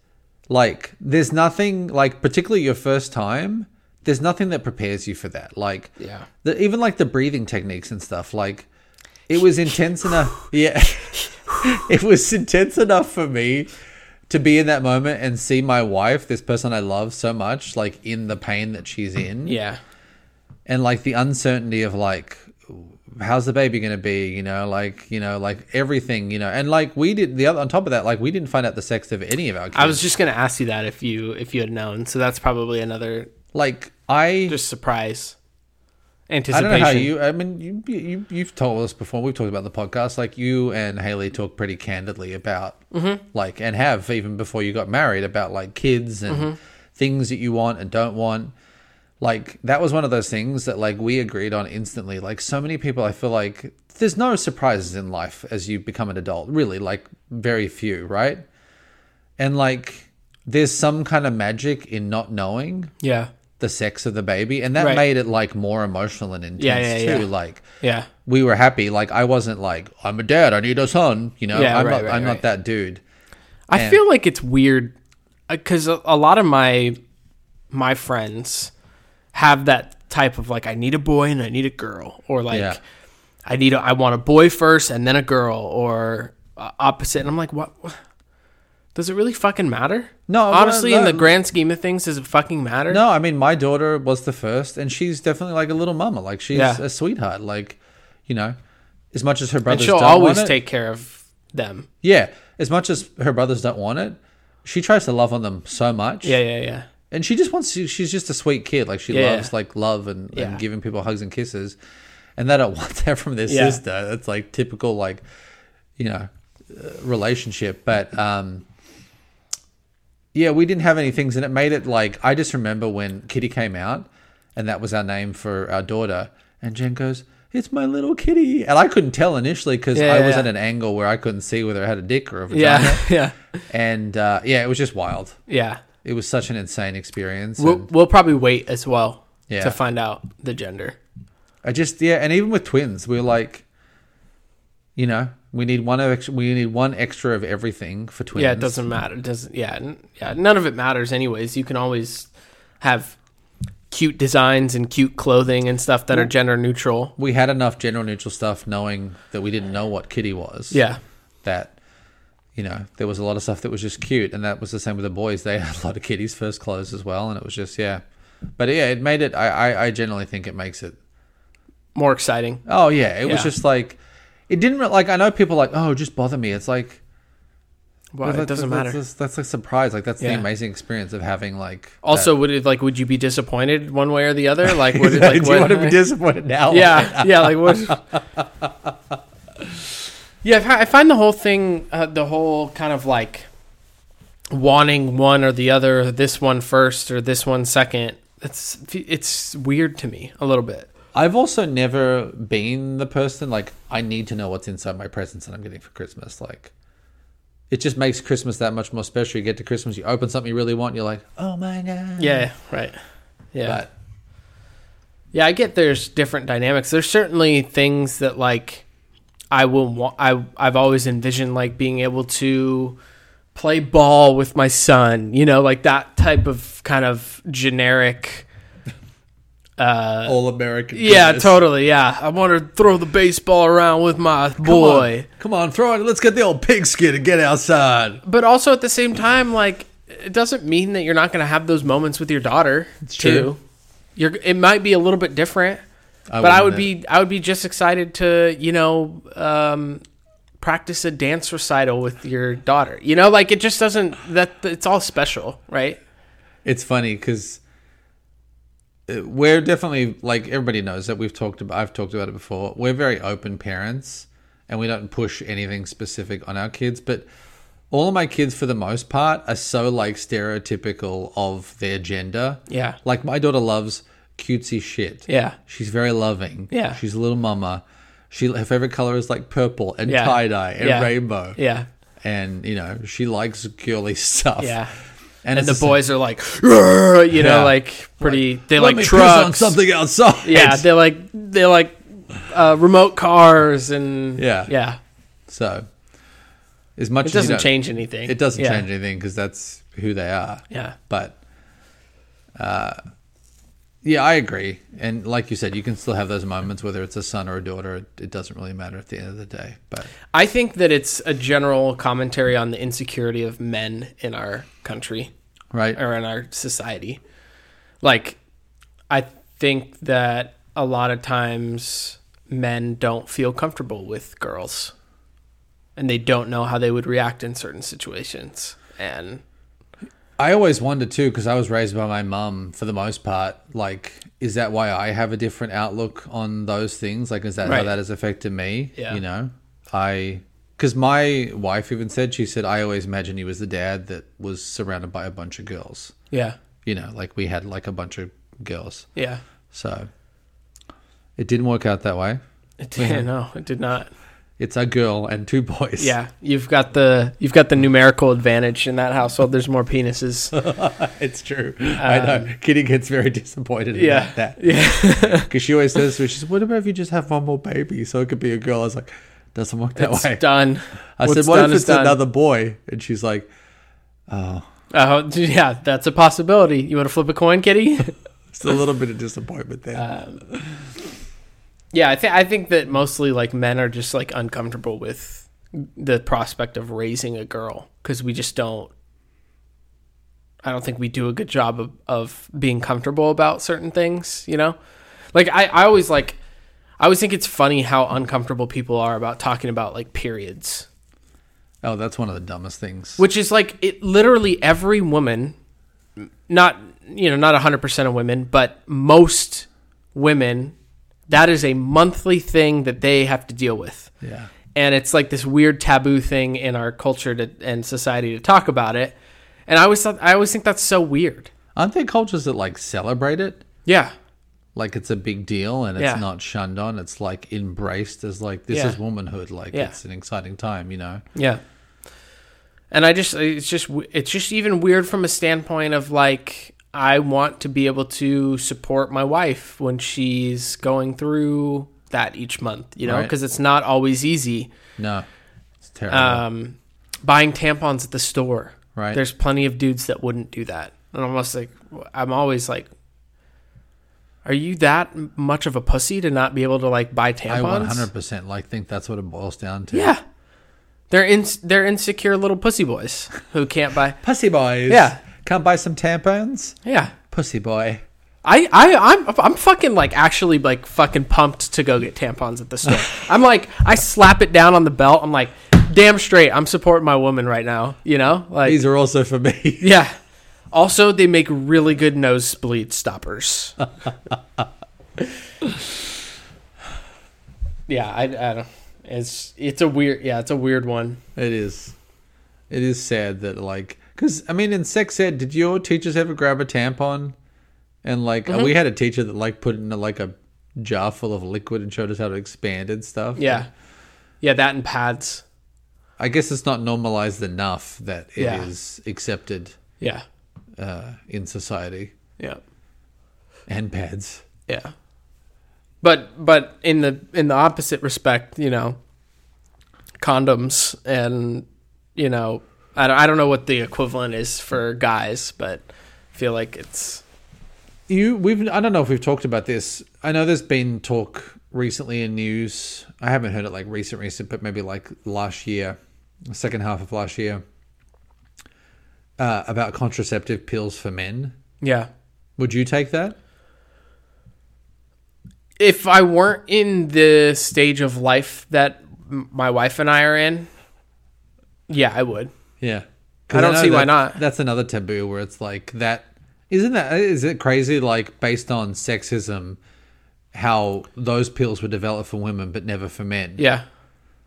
like there's nothing like particularly your first time. There's nothing that prepares you for that. Like
Yeah.
the, even like the breathing techniques and stuff. Like it was intense enough. Yeah, it was intense enough for me to be in that moment and see my wife, this person I love so much, like in the pain that she's in,
yeah,
and like the uncertainty of like, how's the baby gonna be? You know, like you know, like everything. You know, and like we did the other on top of that, like we didn't find out the sex of any of our kids.
I was just gonna ask you that if you if you had known. So that's probably another
like I
just surprise
I
anticipation.
don't know how you. I mean, you, you you've told us before. We've talked about the podcast. Like you and Haley talk pretty candidly about like and have even before you got married about like kids and things that you want and don't want. Like that was one of those things that like we agreed on instantly. Like so many people, I feel like there's no surprises in life as you become an adult. Really, like very few, right? And like there's some kind of magic in not knowing
Yeah.
the sex of the baby, and that
Right.
made it like more emotional and intense
Yeah, yeah,
too.
yeah.
Like
Yeah.
we were happy. Like I wasn't like I'm a dad. I need a son. You know,
Yeah,
I'm
right,
not.
right,
I'm
right.
not that dude.
I
And-
feel like it's weird because a, a lot of my my friends have that type of like I need a boy and I need a girl or like
Yeah.
I need a, I want a boy first and then a girl or uh, opposite and I'm like what does it really fucking matter?
No, well,
honestly, in
no.
the grand scheme of things, does it fucking matter?
No, I mean my daughter was the first, and she's definitely like a little mama. Like she's
Yeah.
a sweetheart. Like you know, as much as her
and
brothers
she'll
don't
always
want it-
take care of them.
yeah, as much as her brothers don't want it, she tries to love on them so much.
Yeah, yeah, yeah.
and she just wants. to- She's just a sweet kid. Like she
Yeah.
loves like love and,
Yeah.
and giving people hugs and kisses, and they don't want that from their
Yeah.
sister. That's like typical like, you know, uh, relationship. But um, yeah, we didn't have any things, and it made it like I just remember when Kitty came out, and that was our name for our daughter. And Jen goes, "It's my little kitty," and I couldn't tell initially because
Yeah,
I was
yeah.
at an angle where I couldn't see whether it had a dick or a vagina.
Yeah, yeah,
And uh, yeah, it was just wild.
yeah.
It was such an insane experience.
We'll,
and-
we'll probably wait as well
Yeah.
to find out the gender.
I just yeah, and even with twins, we're like, you know, we need one of ex- we need one extra of everything for twins.
Yeah, it doesn't matter. It doesn't yeah, n- yeah. None of it matters anyways. You can always have cute designs and cute clothing and stuff that are gender neutral.
We had enough general neutral stuff, knowing that we didn't know what Kitty was.
Yeah.
that you know there was a lot of stuff that was just cute, and that was the same with the boys. They had a lot of Kitty's first clothes as well, and it was just yeah. But yeah, it made it. I I, I generally think it makes it
More exciting.
Oh yeah, it was
Yeah.
just like it didn't re- like I know people are like oh just bother me. It's like
Well,
that-
it doesn't
that's,
matter.
That's, that's a surprise. Like that's
Yeah.
the amazing experience of having like.
also, would it like would you be disappointed one way or the other? Like would it
that-
like
do you
what-
want to be disappointed now?
yeah, yeah, like what? yeah, I fi- I find the whole thing, uh, the whole kind of like wanting one or the other, this one first or this one second. It's it's weird to me a little bit.
I've also never been the person like I need to know what's inside my presents that I'm getting for Christmas. Like, it just makes Christmas that much more special. You get to Christmas, you open something you really want, you're like, oh my god.
Yeah, right. Yeah,
But
yeah. I get there's different dynamics. There's certainly things that like I will want. I I've always envisioned like being able to play ball with my son. You know, like that type of kind of generic.
all American.
Uh, Yeah,
goodness.
totally. Yeah, I want to throw the baseball around with my
Come on.
boy.
come on, throw it. Let's get the old pigskin and get outside.
But also at the same time, like it doesn't mean that you're not going to have those moments with your daughter too.
true.
You're. It might be a little bit different, but I would be. I would be just excited to you know um, practice a dance recital with your daughter. You know, like it just doesn't. That it's all special, right?
It's funny because we're definitely like everybody knows that we've talked about. I've talked about it before. We're very open parents, and we don't push anything specific on our kids. But all of my kids, for the most part, are so like stereotypical of their gender.
Yeah.
Like my daughter loves cutesy shit.
Yeah.
She's very loving.
Yeah.
She's a little mama. She her favorite color is like purple and
Yeah.
tie dye and
Yeah.
rainbow.
Yeah.
And you know she likes girly stuff.
Yeah.
And,
And
it's
the
the boy.
boys are like, "Rrrr," you know,
Yeah.
like pretty. they
Let
like
me piss on
trucks.
something outside.
Yeah, they're like they're like uh, remote cars and
Yeah.
yeah.
so as much
It
as you
doesn't
don't-
change anything.
It doesn't
Yeah.
change anything because that's who they are.
Yeah.
But uh, yeah, I agree. And like you said, you can still have those moments whether it's a son or a daughter. It, it doesn't really matter at the end of the day. But
I think that it's a general commentary on the insecurity of men in our country
right,
or in our society. Like, I think that a lot of times men don't feel comfortable with girls, and they don't know how they would react in certain situations. And
I always wonder too because I was raised by my mum for the most part. Like, is that why I have a different outlook on those things? Like, is that how
Right.
that has affected me?
Yeah.
You know, I because my wife even said she said I always imagine he was the dad that was surrounded by a bunch of girls.
yeah,
you know, like we had like a bunch of girls.
Yeah.
So it didn't work out that way.
It did, not No, it did not.
It's a girl and two boys.
Yeah, you've got the you've got the numerical advantage in that household. There's more penises.
it's true. I know. Kitty gets very disappointed
Um, Yeah,
about that
yeah.
because she always says, to me, "She says, what about if you just have one more baby so it could be a girl?" I was like, "Doesn't work that
It's
way."
done.
I
What's
said, "What
done
if
is
it's
done."
another boy?" And she's like,
Oh, d- yeah, that's a possibility. You want to flip a coin, Kitty?
"It's a little bit of disappointment there."
Uh, yeah, I think I think that mostly like men are just like uncomfortable with the prospect of raising a girl because we just don't. I don't think we do a good job of, of being comfortable about certain things. You know, like I, I always like, I always think it's funny how uncomfortable people are about talking about like periods.
oh, that's one of the dumbest things.
which is like it literally every woman not you know not 100% of women but most women that is a monthly thing that they have to deal with
yeah,
and it's like this weird taboo thing in our culture to, and society to talk about it and i always thought i always think that's so weird
aren't there cultures that like celebrate it?
yeah
Like it's a big deal and it's
Yeah.
not shunned on. It's like embraced as like this
Yeah.
is womanhood. Like
Yeah.
it's an exciting time, you know.
Yeah. And I just it's just it's just even weird from a standpoint of like I want to be able to support my wife when she's going through that each month, you know,
Right.
because it's not always easy.
No, it's terrible.
Um, buying tampons at the store,
Right.
There's plenty of dudes that wouldn't do that, and I'm almost like, I'm always like, are you that m- much of a pussy to not be able to like buy tampons?
I one hundred percent like think that's what it boils down to.
Yeah. They're in they're insecure little pussy boys who can't buy.
pussy boys.
Yeah.
come buy some tampons,
Yeah.
pussy boy.
I, I I'm I'm fucking like actually like fucking pumped to go get tampons at the store. I'm like I slap it down on the belt. I'm like damn straight I'm supporting my woman right now, you know? Like
These are also for me.
yeah. Also they make really good nosebleed stoppers. yeah, I, I don't it's it's a weird yeah, it's a weird one.
It is. It is sad that like because I mean in sex ed, did your teachers ever grab a tampon? And like uh,
Mm-hmm.
we had a teacher that like put it in like a jar full of liquid and showed us how to expand and stuff.
Yeah. Yeah, that and pads.
I guess it's not normalized enough that it is
Yeah.
accepted
Yeah.
uh, in society
Yeah.
and pads.
Yeah. But but in the in the opposite respect, you know, condoms and you know, I don't, I don't know what the equivalent is for guys, but I feel like it's
you we've i don't know if we've talked about this i know there's been talk recently in news i haven't heard it like recent recent but maybe like last year the second half of last year uh, about contraceptive pills for men
yeah.
would you take that
If I weren't in the stage of life that m- my wife and I are in, yeah, I would.
yeah
I don't
know
see why
that-
not.
that's another taboo where it's like that isn't that is it crazy like based on sexism how those pills were developed for women but never for men
Yeah.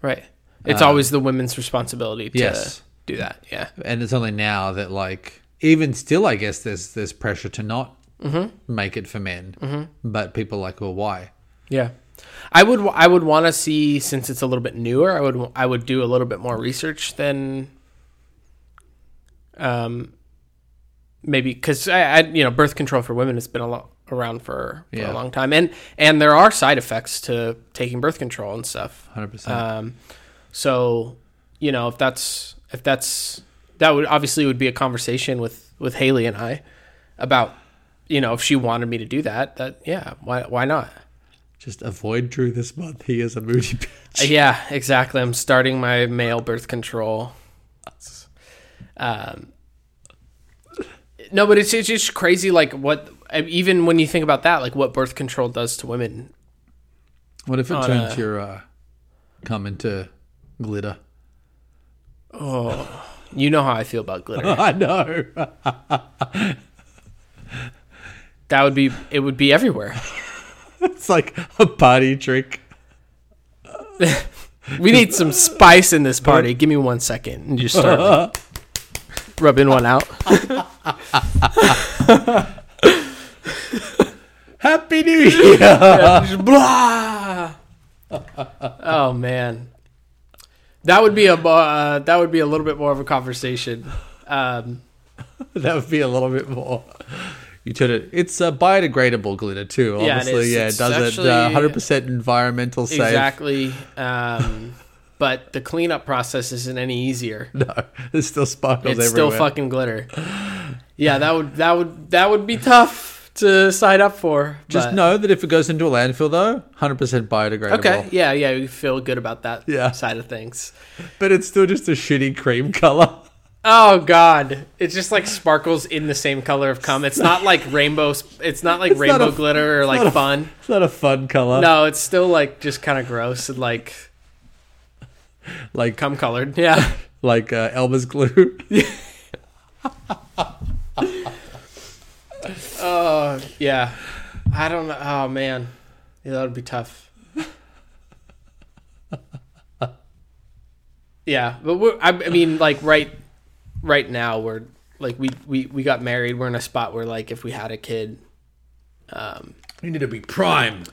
Right. It's always the women's responsibility to
yes.
do that. Yeah.
and it's only now that like even still i guess there's there's pressure to not
Mm-hmm.
make it for men but people are like well why
Yeah, I would. I would want to see since it's a little bit newer. I would. I would do a little bit more research than, um, maybe because I, I, you know, birth control for women has been a lo- around for, for
Yeah.
a long time, and and there are side effects to taking birth control and stuff.
100%
Um, so you know, if that's if that's that would obviously would be a conversation with with Haley and I about you know if she wanted me to do that. That yeah, why why not?
just avoid drew this month he is a moody bitch
Uh, Yeah, exactly. I'm starting my male birth control. Um, no, but it's it's just crazy. Like what, even when you think about that, like what birth control does to women.
what if it
On
turns
a-
your uh come into glitter
You know how I feel about glitter.
i know
That would be it. Would be everywhere.
it's like a party trick
We need some spice in this party. Give me one second and just start. rubbing one out.
Happy New Year!
Blah. oh man, that would be a uh, that would be a little bit more of a conversation. Um,
that would be a little bit more. You turn it. It's a biodegradable glitter too.
Yeah, it
Obviously,
is.
yeah, it
It's
does it.
actually-
uh, 100% environmental safe.
exactly. Um, but the cleanup process isn't any easier.
No, there's still sparkles
it's still
everywhere.
fucking glitter. Yeah, that would that would that would be tough to sign up for.
Just
but-
know that if it goes into a landfill, though, 100% biodegradable.
Okay. Yeah, yeah, we feel good about that
Yeah.
side of things.
But it's still just a shitty cream color.
Oh god, it's just like sparkles in the same color of cum. It's not like rainbow. sp- It's not like
not
rainbow
a-
glitter or like
not a-
fun.
It's not a fun color.
No, it's still like just kind of gross and like
Like
cum colored. Yeah.
like uh, Elmer's glue.
Oh yeah. I don't know. Oh man, yeah, that would be tough. Yeah, but we're, I, I mean, like right, right now we're like we, we we got married. We're in a spot where like if we had a kid, um,
you need to be prime.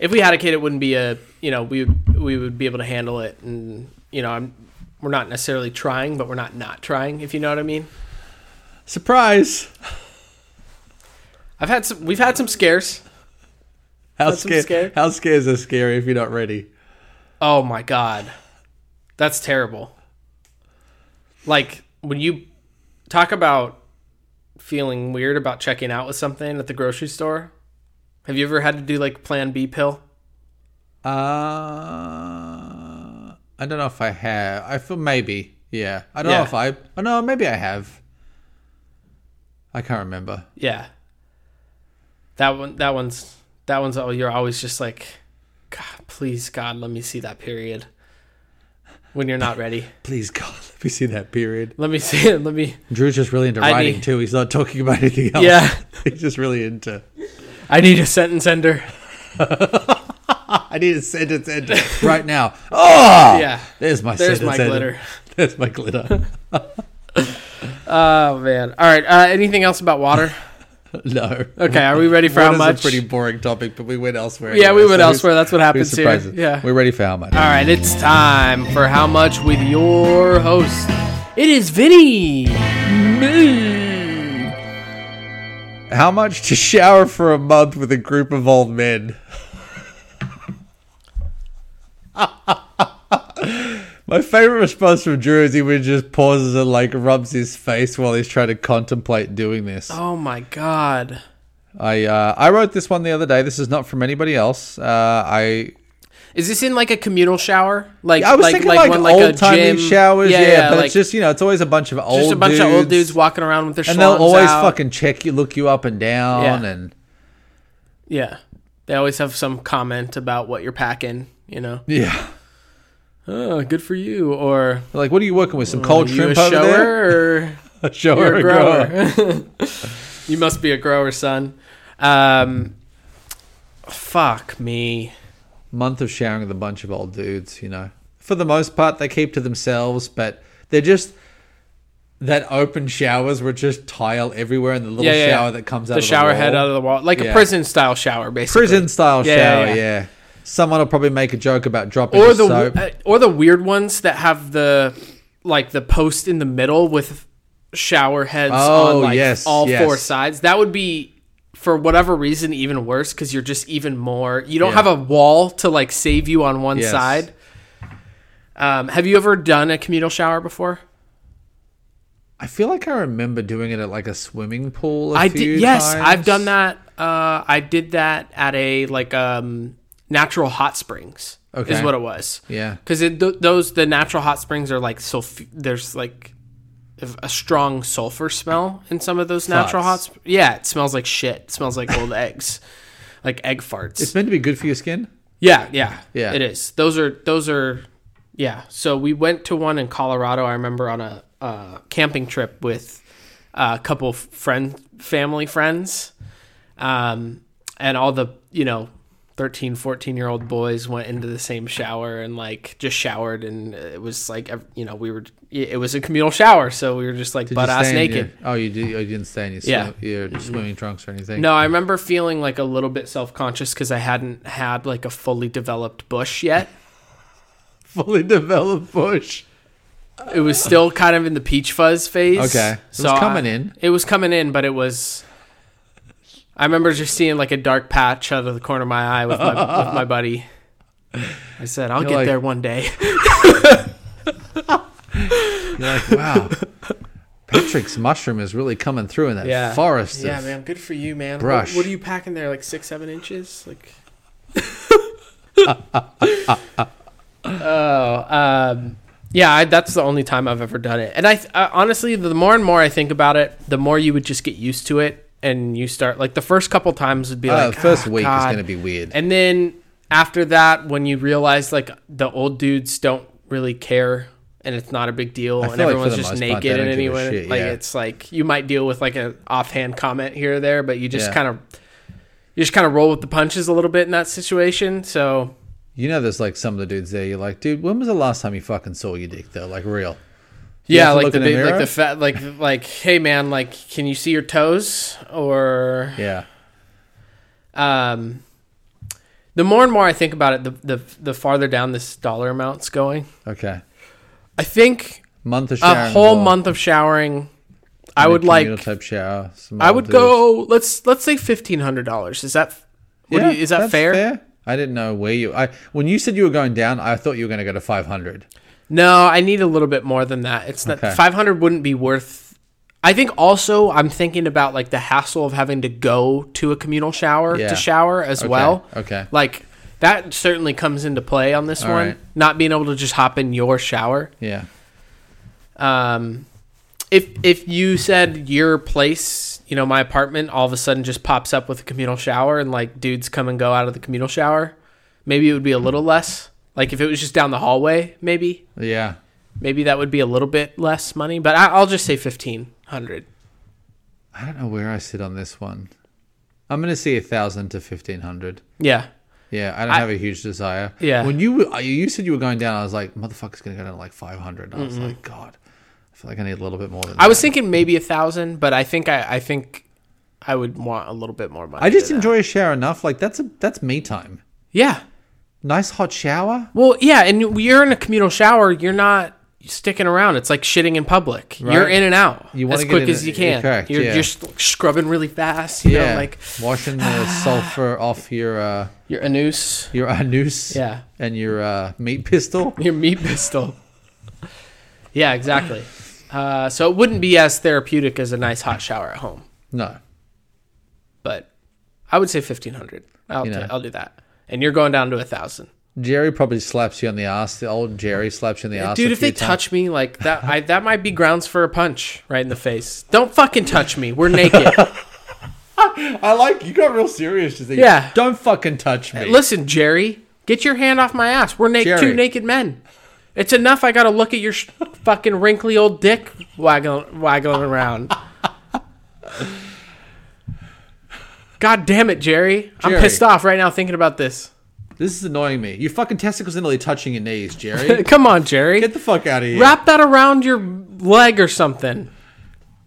if we had a kid, it wouldn't be a you know we would- we would be able to handle it, and you know I'm we're not necessarily trying, but we're not not trying, if you know what I mean.
Surprise!
I've had some we've had some scares.
How
That's some
scared?
scare.
How scares are scary if you're not ready.
Oh my god, that's terrible. Like when you talk about feeling weird about checking out with something at the grocery store. Have you ever had to do like Plan B pill?
Uh, I don't know if I have. I feel maybe. Yeah, I don't
Yeah.
know if I. Oh no, maybe I have. I can't remember.
Yeah. That one that one's that one's oh you're always just like God, please God, let me see that period. When you're not ready.
Please God, let me see that period.
Let me see it. Let me
Drew's just really into
I
writing
need-
too. He's not talking about anything else.
Yeah.
he's just really into.
I need a sentence ender.
I need a sentence ender right now. Oh,
Yeah.
There's my
There's my
sentence ender.
glitter.
There's my glitter.
Oh man. All right. Uh, anything else about water?
no.
Okay, are we ready for how
Water's
much?
a pretty boring topic, but we went elsewhere.
Yeah, we
anyway,
went
so
elsewhere.
who's-
That's what
who's
happens here.
surprised?
Yeah.
We're ready for how much.
All right, it's time for How Much with your host. It is Vinny.
How much to shower for a month with a group of old men? My favorite response from Drew is he would just pauses and like rubs his face while he's trying to contemplate doing this.
Oh my god.
I uh, I wrote this one the other day. This is not from anybody else. Uh, I
Is this in like a communal shower? Like
I was
like,
thinking like,
one, like
old
a
timey
gym
showers, yeah, but
like
it's just you know it's always a bunch of old
just a bunch
dudes,
of old dudes walking around with their
and they'll
schlongs
always
out.
fucking check you, look you up and down,
Yeah.
and
yeah. They always have some comment about what you're packing. You know,
yeah,
oh, good for you, or
They're like what are you working with? Some cold
you a
shrimp over there?
shower, or
A shower,
You're a
a
grower. you must be a grower, son. Um, fuck me.
Month of showering with a bunch of old dudes. You know, for the most part, they keep to themselves, but they're just. That open showers were just tile everywhere, and the little
Yeah, yeah, yeah.
shower that comes out
The
of
shower
the
head
wall.
out of the wall, like a
Yeah.
prison style shower, basically.
prison style
Yeah,
shower.
yeah,
Yeah,
yeah.
someone will probably make a joke about dropping
or the
the soap.
uh, or the weird ones that have the like the post in the middle with shower heads
Oh,
on like
yes,
all
yes.
four sides. That would be for whatever reason even worse because you're just even more. You don't
Yeah.
have a wall to like save you on one
Yes.
side. Um, have you ever done a communal shower before?
I feel like I remember doing it at like a swimming pool. I
I did. Yes, I've done that. Uh, I did that at a like um natural hot springs. is
Okay.
what it was.
Yeah.
because it th- those the natural hot springs are like sulf. There's like a strong sulfur smell in some of those natural
Farts.
hot. Sp- yeah, it smells like shit. It smells like old eggs, like egg farts.
It's meant to be good for your skin.
Yeah, yeah,
Yeah.
It is. Those are those are. Yeah. So we went to one in Colorado. I remember on a uh, camping trip with uh, a couple f- friend family friends, um, and all the you know 13 14 year old boys went into the same shower and like just showered and it was like ev- you know we were it was a communal shower so we were just like
Did you
butt ass
stay in your-
naked
oh, you, did, oh, you didn't stay in your,
Yeah.
swim, your swimming trunks or anything?
no i remember feeling like a little bit self-conscious because i hadn't had like a fully developed bush yet
Fully developed bush.
it was still kind of in the peach fuzz phase.
Okay. It was coming in.
It was coming in, but it was. I remember just seeing like a dark patch out of the corner of my eye with my, with my buddy. I said, "I'll
You're
get
like-
there one day."
You're like, wow, Patrick's mushroom is really coming through in that forest.
Yeah,
of-
man. Good for you, man. What-
brush.
What, are you packing there? Like six, seven inches? Like. oh, um, yeah. I, that's the only time I've ever done it, and I, I honestly, the more and more I think about it, the more you would just get used to it, and you start like the first couple times would be
Uh,
like
first
"Ah,
week is
God."
going to be weird.
and then after that, when you realize like the old dudes don't really care and it's not a big deal,
feel
and
like for
everyone's
the
just
most part, they
naked
don't
and
give a
anyone
shit,
like
yeah.
it's like you might deal with like an offhand comment here or there, but you just
Yeah.
kind of you just kind of roll with the punches a little bit in that situation. So
you know, there's like some of the dudes there. You're like, dude, when was the last time you fucking saw your dick though? Like real.
yeah,
have to
like
look
the
in the
big, like
mirror?
the fat, like like hey man, like can you see your toes or
Yeah.
um. The more and more I think about it, the, the the farther down this dollar amount's going.
Okay.
I think
Month of
a
showering
whole
or
month of showering. I
in a
would like.
communal type shower. some
I
old
would
dudes.
go. Let's let's say fifteen hundred dollars. Is that what do you, is that
that's
fair?
I didn't know where you. I when you said you were going down, I thought you were going to go to five hundred.
No, I need a little bit more than that. It's not
Okay.
five hundred wouldn't be worth. I think also I'm thinking about like the hassle of having to go to a communal shower
Yeah.
to shower as
Okay,
well.
okay.
like that certainly comes into play on this
All
one.
right.
Not being able to just hop in your shower.
Yeah.
um, if if you said your place, you know, my apartment, all of a sudden just pops up with a communal shower and like dudes come and go out of the communal shower, maybe it would be a little less. Like if it was just down the hallway, maybe
Yeah.
maybe that would be a little bit less money. But I, I'll just say fifteen hundred.
I don't know where I sit on this one. I'm going to see a thousand to fifteen hundred.
Yeah,
Yeah, I don't have a huge desire.
Yeah.
When you were- uh, you said you were going down, I was like, motherfucker's going to go down to like five hundred. I was like, God, I feel like I need a little bit more than.
I
that.
was thinking maybe a thousand, but I think I, I think I would want a little bit more money.
I just
than that.
enjoy a shower enough. Like that's a that's me time.
yeah.
Nice hot shower.
Well, yeah, and you're in a communal shower. You're not sticking around. It's like shitting in public. You're
Right.
in and out
You wanna
as
get
quick
in
as
and-
you can.
correct,
you're
yeah.
just scrubbing really fast. You know, like
washing the sulfur off your uh,
your anus,
your anus.
Yeah.
and your uh, meat pistol.
your meat pistol. yeah, exactly. Uh, so it wouldn't be as therapeutic as a nice hot shower at home,
No,
but I would say fifteen hundred. I'll
You know.
t- I'll do that. And you're going down to a thousand,
Jerry probably slaps you on the ass. The old Jerry slaps you on the ass.
dude.
a
If they
few times.
touch me like that, I, that might be grounds for a punch right in the face. Don't fucking touch me. We're naked.
I like you got real serious. Just thinking,
Yeah.
don't fucking touch me.
Listen, Jerry, get your hand off my ass. We're na-
Jerry.
two naked men. It's enough. I got to look at your sh- fucking wrinkly old dick waggling, waggling around. God damn it, Jerry. I'm
Jerry.
pissed off right now thinking about this.
This is annoying me. Your fucking testicles are nearly touching your knees, Jerry.
Come on, Jerry.
Get the fuck out of here.
Wrap that around your leg or something.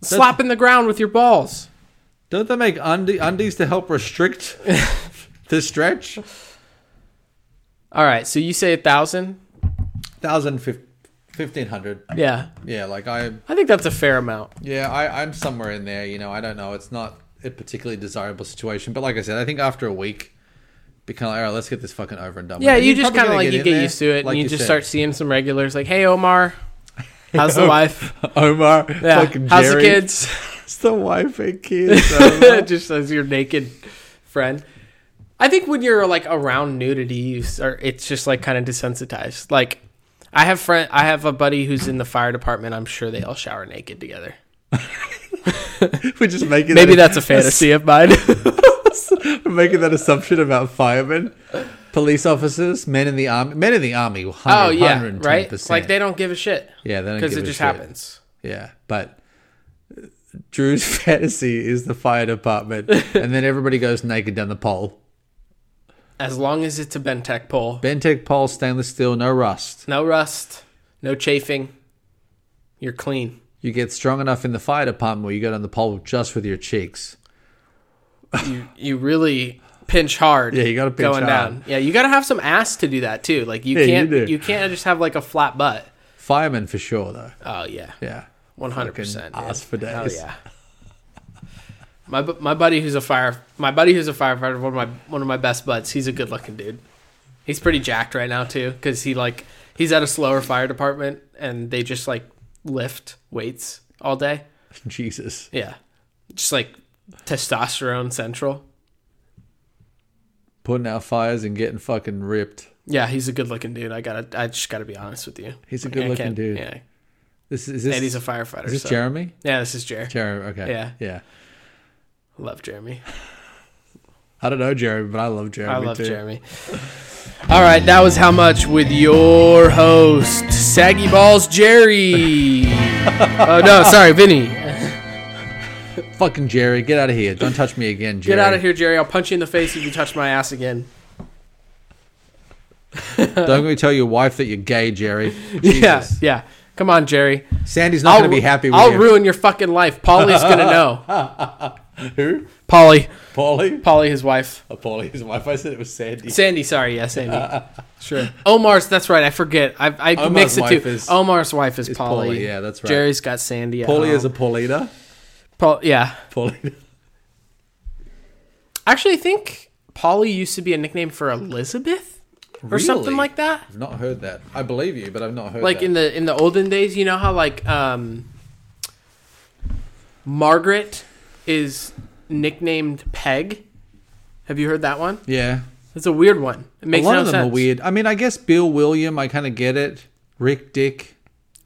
Slap in the ground with your balls.
Don't they make undi- undies to help restrict the stretch?
All right, so you say a thousand?
Thousand fif- fifteen hundred.
Yeah.
Yeah, like I,
I think that's a fair amount.
yeah, I, I'm somewhere in there. You know, I don't know. It's not a particularly desirable situation, but like I said, I think after a week, be kind of like, all right, let's get this fucking over and done. with."
Yeah,
And
you
you're
just
probably
kind of
gonna
like you
in
get
there,
used to it,
like
and you, just
said.
start seeing some regulars like, "Hey, Omar, how's the wife?
Omar,
Yeah,
fucking
how's the
Jerry.
kids?
It's the wife and kids.
just as your naked friend." I think when you're like around nudity, you start, it's just like kind of desensitized. Like, I have friend, I have a buddy who's in the fire department. I'm sure they all shower naked together.
We're just making
Maybe that's a fantasy of mine.
We're making that assumption about firemen, police officers, men in the army, men in the army. 100,
oh yeah, right.
110%.
Like they don't give a shit.
Yeah, they don't
because
give
it
a
just
shit.
happens.
Yeah, but uh, Drew's fantasy is the fire department, and then everybody goes naked down the pole.
as long as it's a Bentec pole.
Bentec pole, stainless steel, no rust.
No rust, no chafing. You're clean.
You get strong enough in the fire department where you get on the pole just with your cheeks.
You you really pinch hard.
Yeah, you gotta pinch
going
hard.
down. Yeah, you got to have some ass to do that too. Like you
Yeah, you
can't you,
do.
can't just have like a flat butt.
Firemen for sure, though.
Oh yeah.
Yeah.
One hundred percent.
Fucking ass for days.
Hell yeah. My bu- my buddy who's a fire my buddy who's a firefighter one of my one of my best buds. He's a good looking dude. He's pretty jacked right now too because he like he's at a slower fire department and they just like lift weights all day.
Jesus.
Yeah, just like testosterone central.
Putting out fires and getting fucking ripped.
Yeah, he's a good looking dude. I gotta I just gotta be honest with you.
He's a
Like, I
good-looking
can't-
dude.
Yeah,
This is this.
and he's a firefighter.
is this
so-
Jeremy?
Yeah, this is Jer.
Jeremy. Okay.
Yeah.
Yeah.
Love Jeremy.
I don't know Jeremy, but I love Jeremy.
I love
too.
Jeremy. All right, that was how much with your host, Saggy Balls Jerry. oh no, sorry, Vinny.
Fucking Jerry, get out of here! Don't touch me again, Jerry.
Get out of here, Jerry. I'll punch you in the face if you touch my ass again.
Don't go tell your wife that you're gay, Jerry.
Yeah,
Jesus.
yeah. Come on, Jerry.
Sandy's not going to be happy with
I'll
you.
ruin your fucking life. Polly's gonna know.
Who?
Polly,
Paulie?
Polly, his wife.
Oh, Paulie's wife. I said it was Sandy.
Sandy, sorry, yeah, Sandy. Sure. Omar's, that's right. I forget. I, I mix
Omar's
it
wife
too.
is-
Omar's wife is, Polly.
Polly, yeah, that's right.
Jerry's got Sandy. at
Paulie is a
home.
Paulina.
Paul, yeah.
Paulina.
Actually, I think Polly used to be a nickname for Elizabeth or something
Really?
like that.
I've not heard that. I believe you, but I've not heard
Like
that.
in the in the olden days, you know how like um, Margaret is nicknamed Peg. Have you heard that one?
yeah.
It's a weird one. It
A
makes
lot
no
of them
sense.
are weird. I mean, I guess Bill William, I kind of get it. Rick Dick,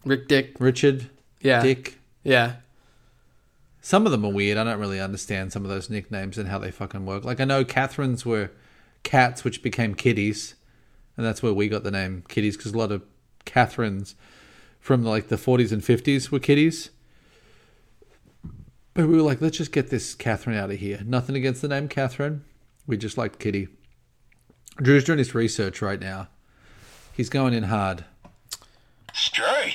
Rick Dick.
Richard
Yeah.
Dick.
Yeah.
Some of them are weird. I don't really understand some of those nicknames and how they fucking work. Like I know Catherine's were cats, which became kitties, and that's where we got the name kitties because a lot of Catherines from like the 40s and 50s were kitties. But we were like, let's just get this Catherine out of here. Nothing against the name Catherine. We just liked Kitty. Drew's doing his research right now. He's going in hard.
Straight.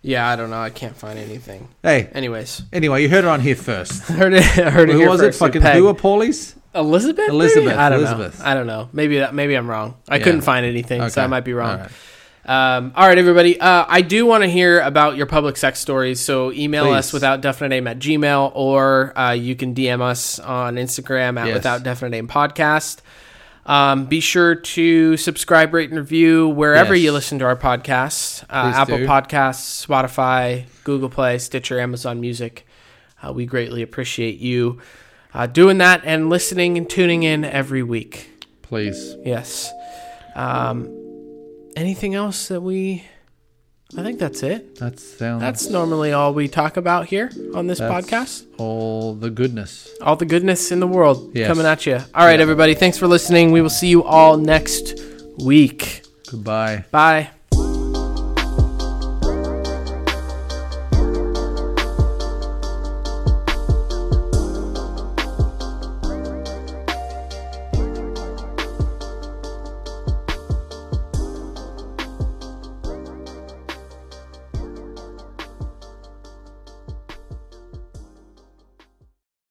Yeah, I don't know. I can't find anything.
Hey,
Anyways,
anyway, you heard it on here first.
I heard it. I heard it.
Who
here
was it?
first with
Fucking
Peg.
who were Paulies?
Elizabeth? maybe?
Elizabeth,
I don't
Elizabeth.
know. I don't know. Maybe that, maybe I'm wrong. I couldn't find anything, so
Okay.
I might be wrong.
All
Um, all right, everybody. Uh, I do want to hear about your public sex stories. So email us
Please.
without definite name at Gmail, or uh, you can DM us on Instagram at
Yes.
without definite name podcast. Um, be sure to subscribe, rate, and review wherever
Yes.
you listen to our podcast uh,
Please
Apple
do.
Podcasts, Spotify, Google Play, Stitcher, Amazon Music. Uh, we greatly appreciate you uh, doing that and listening and tuning in every week.
Please.
Yes. Um, anything else that we? I think that's it.
That sounds.
That's normally all we talk about here on this podcast.
All the goodness.
All the goodness in the world
Yes.
coming at you. All right, everybody. Thanks for listening. We will see you all next week.
Goodbye.
Bye.